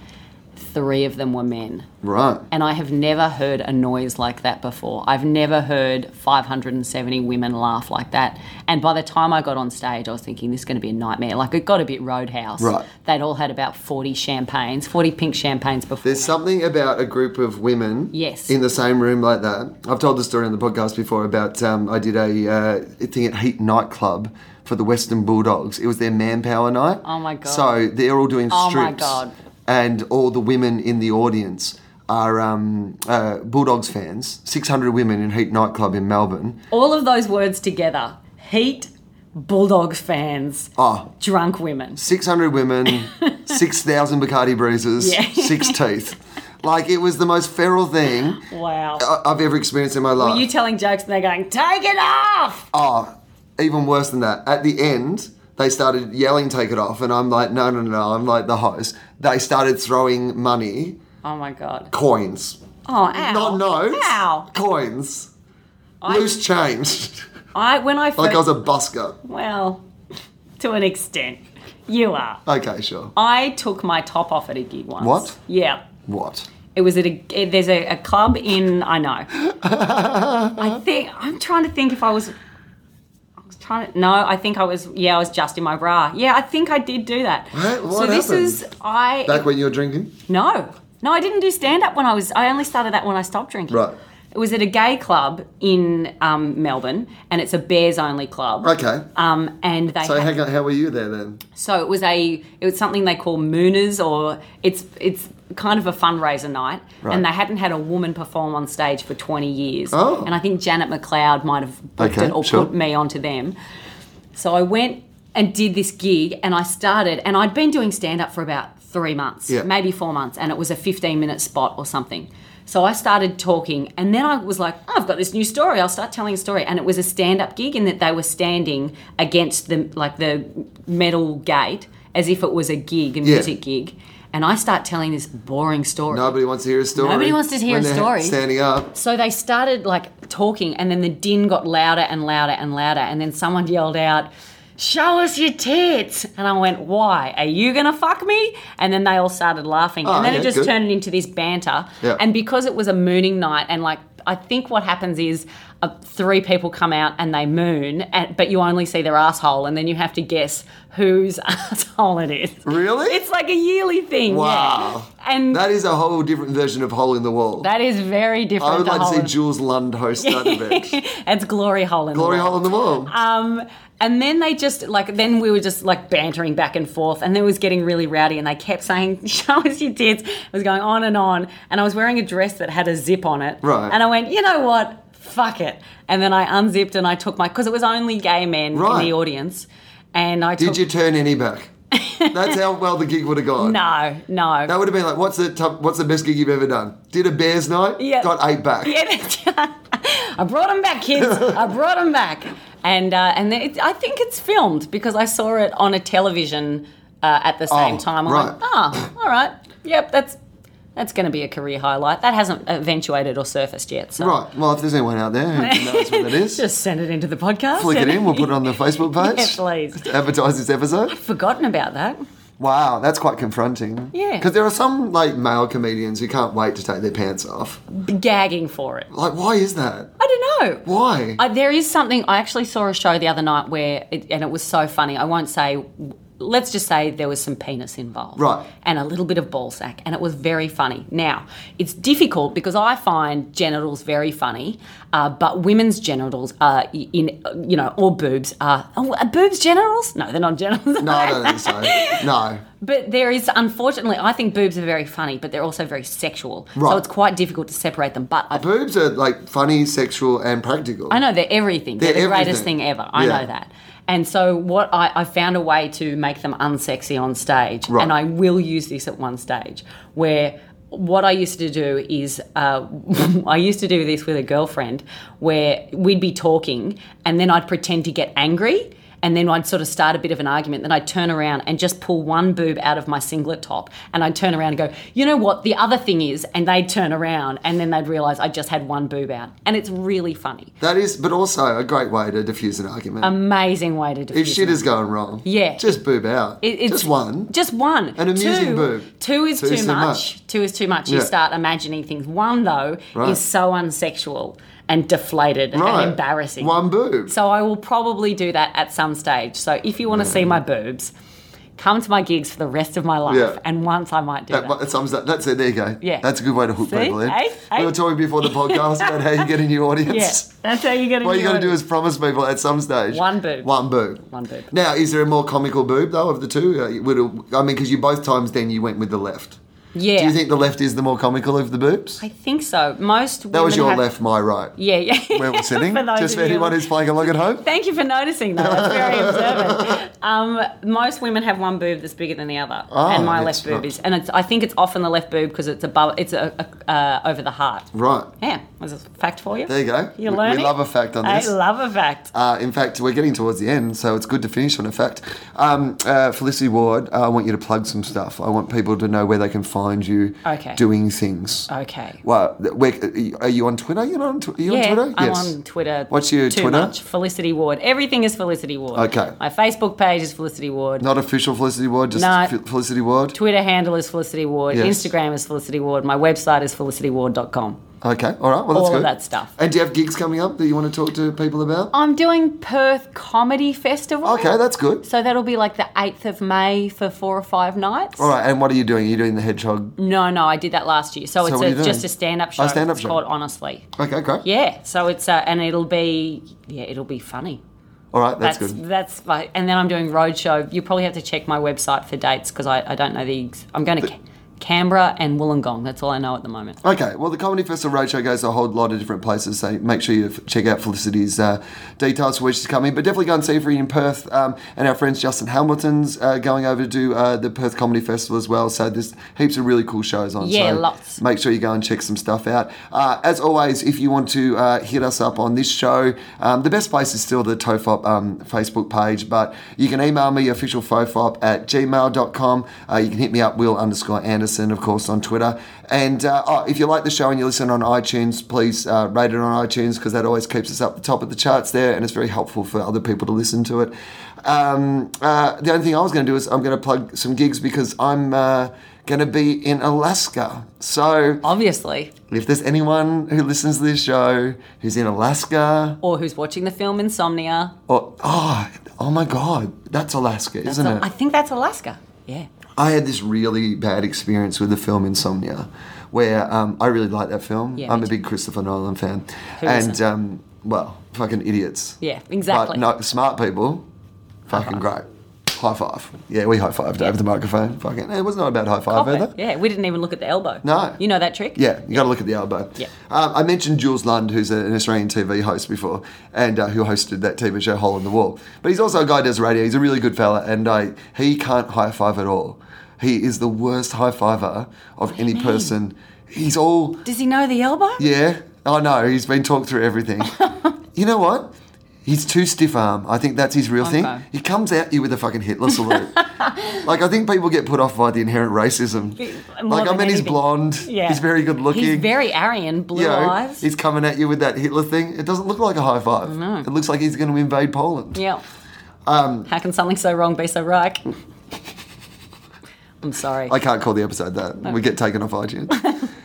Three of them were men.
Right.
And I have never heard a noise like that before. I've never heard 570 women laugh like that. And by the time I got on stage, I was thinking this is going to be a nightmare. Like it got a bit roadhouse.
Right.
They'd all had about 40 champagnes, 40 pink champagnes before.
There's something about a group of women
Yes.
in the same room like that. I've told the story on the podcast before about um, I did a uh, thing at Heat nightclub for the Western Bulldogs. It was their manpower night.
Oh my God.
So they're all doing
Oh my
strips.
God.
And all the women in the audience are um, uh, Bulldogs fans. 600 women in Heat nightclub in Melbourne.
all of those words together heat, Bulldogs fans,
Oh.
drunk women.
600
[laughs]
women, 6,000 Bacardi breezes,
Yeah.
six teeth. Like it was the most feral thing
Wow.
I- I've ever experienced in my life.
Were you telling jokes and they're going, take it off?
Oh, even worse than that. At the end, they started yelling, take it off. And I'm like, no, no, no. I'm like the host. They started throwing money,
Oh my God.
coins.
Oh, ow.
Not notes.
Ow.
Coins. Loose change. [laughs]
I, when I
like I was
first-
a busker.
Well, to an extent. You are.
Okay, sure.
I took my top off at a gig once.
What?
Yeah.
What?
It was at a, it- there's a, a club in, I know.
[laughs]
I think, I'm trying to think if I was, I was trying to, no, I think I was, yeah, I was just in my bra. Yeah, I think I did do that.
What?
so
What
this
happened?
is, I,
Back when you were drinking?
no, no, I didn't do stand up when I was, I only started that when I stopped drinking.
Right.
It was at a gay club in um, Melbourne, and it's a bears only club.
Okay.
Um, and they
so
had-
hang on, how were you there then?
so it was a it was something they call Mooners, or it's it's kind of a fundraiser night,
Right.
and they hadn't had a woman perform on stage for twenty years.
Oh.
And I think Janet McLeod might have booked
Okay,
it or
sure.
put me onto them. So I went and did this gig, and I started, and I'd been doing stand up for about three months,
Yeah.
maybe four months, and it was a fifteen minute spot or something. So I started talking, and then I was like, "Oh, I've got this new story. I'll start telling a story. And it was a stand up gig in that they were standing against the like the metal gate as if it was a gig, a
Yeah.
music gig. And I start telling this boring story.
Nobody wants to hear a story.
Nobody wants to hear
when
a
they're
story.
Standing up.
So they started like talking, and then the din got louder and louder and louder. And then someone yelled out, Show us your tits. And I went, Why? Are you going to fuck me? And then they all started laughing.
Oh,
and then
yeah,
it just
good.
turned into this banter.
Yeah.
And because it was a mooning night, and like, I think what happens is uh, three people come out and they moon, and, but you only see their asshole, and then you have to guess whose [laughs] asshole it is.
Really?
It's like a yearly thing. yeah.
Wow.
And
That is a whole different version of Hole in the Wall.
that is very different.
I would
to
like to see
Holland.
Jules Lund host that event.
[laughs] It's glory hole in
Glory
the
Hole
wall.
in the Wall.
Um, and then they just like then we were just like bantering back and forth, and then it was getting really rowdy, and they kept saying, [laughs] "Show us your tits." It was going on and on, and I was wearing a dress that had a zip on it,
Right.
And I went, "You know what? Fuck it." And then I unzipped and I took my because it was only gay men
Right.
in the audience, and I
Did
took,
you turn any
[laughs]
back? That's how well the gig would have gone.
no no
That would have been like, what's the top, what's the best gig you've ever done? Did a Bears night?
[laughs] Yeah.
Got eight back.
Yeah, I brought them back, kids. I brought them back, and uh, and it, I think it's filmed because I saw it on a television uh, at the same
Oh,
time. I'm
right.
like, ah, all right, yep, that's that's going to be a career highlight. That hasn't eventuated or surfaced yet, so
Right. Well, if there's anyone out there
[laughs]
who knows what that is,
just send it into the podcast.
flick it in. We'll put it on the Facebook page.
[laughs] yeah, please.
Advertise this episode.
Forgotten about that.
Wow, that's quite confronting.
Yeah.
Because there are some like male comedians who can't wait to take their pants off.
Gagging for it.
Like, why is that?
I don't know.
Why?
Uh, there is something. I actually saw a show the other night where, it, and it was so funny. I won't say. Let's just say there was some penis involved,
Right.
And a little bit of ball sack, and it was very funny. Now it's difficult because I find genitals very funny, uh, but women's genitals are i- in you know or boobs are, oh, are boobs genitals? No, they're not genitals.
no, I don't think so. No.
[laughs] But there is, unfortunately, I think boobs are very funny, but they're also very sexual.
Right.
So it's quite difficult to separate them. But I
Boobs are like funny, sexual, and practical.
I know they're everything. They're,
They're
the greatest
everything.
thing ever. I
Yeah.
know that. And so what I, I found a way to make them unsexy on stage,
Right.
and I will use this at one stage where. What I used to do is, uh, [laughs] I used to do this with a girlfriend where we'd be talking and then I'd pretend to get angry and then I'd sort of start a bit of an argument. Then I'd turn around and just pull one boob out of my singlet top, and I'd turn around and go, you know what? The other thing is, and they'd turn around, and then they'd realise I just had one boob out, and it's really funny.
That is, but also a great way to diffuse an argument.
Amazing way to do
if shit is going wrong,
Yeah.
just boob out.
It- it's
just one.
Just one.
An amusing
two,
boob.
Two is
Two
too
is too
much.
much.
Two is too much. You
Yeah.
start imagining things. One though
Right.
is so unsexual and deflated
Right.
and embarrassing.
One boob.
So I will probably do that at some stage. So if you want to see my boobs, come to my gigs for the rest of my life.
Yeah.
And once I might do
That,
that.
that sums that. That's it. There you go.
Yeah.
That's a good way to hook
See?
people in.
Eh?
We
Eh?
were talking before the podcast about how you get a
[laughs]
new audience.
yeah, that's how you get.
What you got to do is promise people at some stage
One boob.
One boob.
One boob.
Now, is there a more comical boob though of the two? Uh, you would I mean, because you both times then you went with the left.
yeah.
Do you think the left is the more comical of the boobs?
I think so. Most
that was
women
your
have-
left, my right.
[laughs] Yeah, yeah.
Where we're sitting.
[laughs] For those
Just for
of you-
anyone who's playing along at
[laughs]
home.
Thank you for noticing that. That's
[laughs]
very observant. Um, most women have one boob that's bigger than the other,
Ah,
and my
that's
left boob
right.
is, and it's, I think it's often the left boob because it's above, it's a, a, uh, over the heart.
Right.
Yeah, was a fact for you.
There you go.
You
We-
learn.
we love a fact on this.
I love a fact.
Uh, in fact, we're getting towards the end, so it's good to finish on a fact. Um, uh, Felicity Ward, I want you to plug some stuff. I want people to know where they can find you
Okay.
doing things.
Okay.
Well, th- where, are you on Twitter? You're not on, tw- you
yeah,
on Twitter?
I'm on Twitter.
What's your
too
Twitter?
Much. Felicity Ward. Everything is Felicity Ward.
Okay.
My Facebook page is Felicity Ward.
Not official Felicity Ward, just
No.
Fe- Felicity Ward.
Twitter handle is Felicity Ward.
Yes.
Instagram is Felicity Ward. My website is felicityward.com.
Okay, all right. Well, that's
All
good.
of that stuff.
And do you have gigs coming up that you want to talk to people about?
I'm doing Perth Comedy Festival.
Okay, that's good.
So that'll be like the 8th of May for four or five nights.
All right, and what are you doing? Are you doing the hedgehog?
No, no, I did that last year. So,
So what are you
it's a,
doing? Oh,
just a stand up show.
stand-up
it's
show.
called Honestly.
Okay, great.
Yeah. So it's, uh, and it'll be, yeah, it'll be funny.
All right, that's,
That's
good.
that's my, and then I'm doing roadshow. You probably have to check my website for dates because I, I don't know the. ex- I'm going to Ca- Canberra and Wollongong. That's all I know at the moment.
Okay, well, the Comedy Festival Roadshow goes to a whole lot of different places, so make sure you f- check out Felicity's uh, details for where she's coming. But definitely go and see her in Perth. Um, and our friends Justin Hamilton's uh, going over to do uh, the Perth Comedy Festival as well. So there's heaps of really cool shows on.
Yeah,
so
lots.
Make sure you go and check some stuff out. Uh, as always, if you want to uh, hit us up on this show, um, the best place is still the TOFOP um, Facebook page, but you can email me, officialfofop at gmail.com. Uh, you can hit me up, Will underscore Anderson, of course, on Twitter. And uh, oh, if you like the show and you listen on iTunes, please uh, rate it on iTunes because that always keeps us up the top of the charts there and it's very helpful for other people to listen to it. Um, uh, the only thing I was going to do is I'm going to plug some gigs because I'm. Uh, going to be in Alaska. So,
Obviously,
if there's anyone who listens to this show who's in Alaska,
or who's watching the film Insomnia?
or oh, oh my God, that's Alaska, isn't
So
it?
I think that's Alaska. Yeah.
I had this really bad experience with the film Insomnia, where um, I really like that film.
Yeah,
I'm
me
a big Christopher Nolan fan,
Who
and
isn't?
um, well, fucking idiots.
Yeah, exactly.
But no, smart people, fucking great. High five. Yeah, we high fived over the microphone. Fucking, it was not about high five
Cop it.
either.
Yeah, we didn't even look at the elbow.
No.
You know that trick?
Yeah, you got to look at the elbow.
Yeah.
Um, I mentioned Jules Lund, who's a- an Australian TV host before, and uh, who hosted that TV show Hole in the Wall. But he's also a guy who does radio. He's a really good fella, and I he can't high five at all. He is the worst high fiver of any person. He's all
Does he know the elbow?
yeah. Oh no, he's been talked through
[laughs]
everything. you know what? He's too stiff arm. I think that's his real
Okay.
thing. He comes at you with a fucking Hitler
[laughs]
salute. like I think people get put off by the inherent racism.
More
like I
than
mean, he's
anything.
blonde.
Yeah.
He's very good looking.
He's very Aryan, blue
you know,
eyes.
He's coming at you with that Hitler thing. It doesn't look like a high five. It looks like he's going to invade Poland.
yeah.
Um,
How can something so wrong be so right? I'm sorry.
I can't call the episode that. We get taken off iTunes.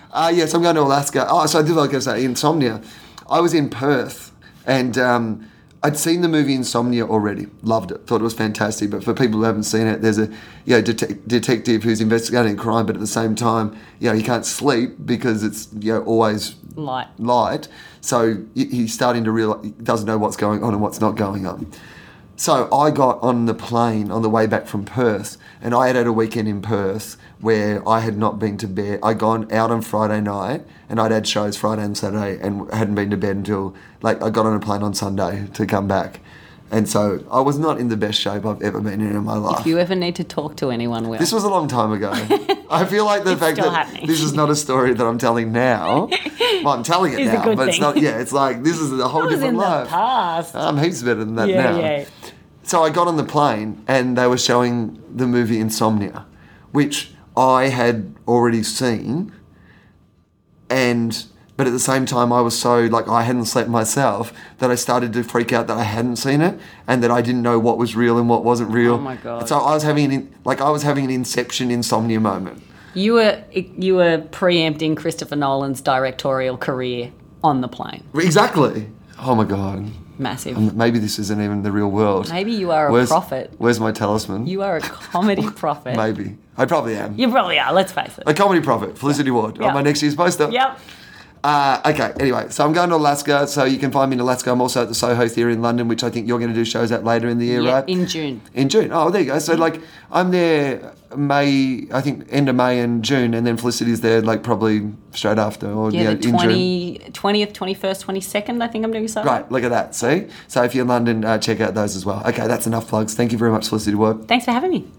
[laughs] uh, yes, I'm going to Alaska. Oh, so I did like I say, Insomnia. I was in Perth and um, I'd seen the movie Insomnia already. Loved it. Thought it was fantastic. But for people who haven't seen it, there's a you know, detec detective who's investigating a crime, but at the same time, you know, he can't sleep because it's you know, always
Light.
light. So he- he's starting to realize he doesn't know what's going on and what's not going on. So I got on the plane on the way back from Perth, and I had had a weekend in Perth where I had not been to bed. I'd gone out on Friday night, and I'd had shows Friday and Saturday, and hadn't been to bed until like I got on a plane on Sunday to come back. And so I was not in the best shape I've ever been in in my life.
If you ever need to talk to anyone, Will.
This was a long time
[laughs]
ago. I feel like the fact
still
that
happening.
this is not a story that I'm telling
[laughs]
now. Well, I'm telling it
Is a
now,
good
but it's
thing.
not. Yeah, it's like this is a whole
That was
different
in
life.
the past.
I'm heaps better than that
Yeah,
now.
yeah.
So I got on the plane and they were showing the movie Insomnia, which I had already seen. And but at the same time I was so like I hadn't slept myself that I started to freak out that I hadn't seen it and that I didn't know what was real and what wasn't real.
Oh my God.
So I was having an in, like I was having an inception insomnia moment.
You were you were preempting Christopher Nolan's directorial career on the plane.
Exactly. Oh my god.
Massive.
Maybe this isn't even the real world.
Maybe you are a
where's,
prophet.
Where's my talisman?
You are
[laughs]
a comedy prophet.
Maybe. I probably am.
You probably are. Let's face
A
it.
comedy prophet, Felicity Ward,
Yeah.
on my next year's poster.
Yep.
Uh, okay, anyway, so I'm going to Alaska, so you can find me in Alaska. I'm also at the Soho Theatre in London, which I think you're going to do shows at later in the year,
Yeah,
right?
in June.
In June. Oh, there you go. So, like, I'm there May, I think, end of May and June, and then Felicity's there, like, probably straight after or
Yeah, the
in June.
20, 20th, 21st, 22nd, I think I'm doing so.
Right, look at that, see? So, if you're in London, uh, check out those as well. Okay, that's enough plugs. Thank you very much, Felicity Ward.
Thanks for having me.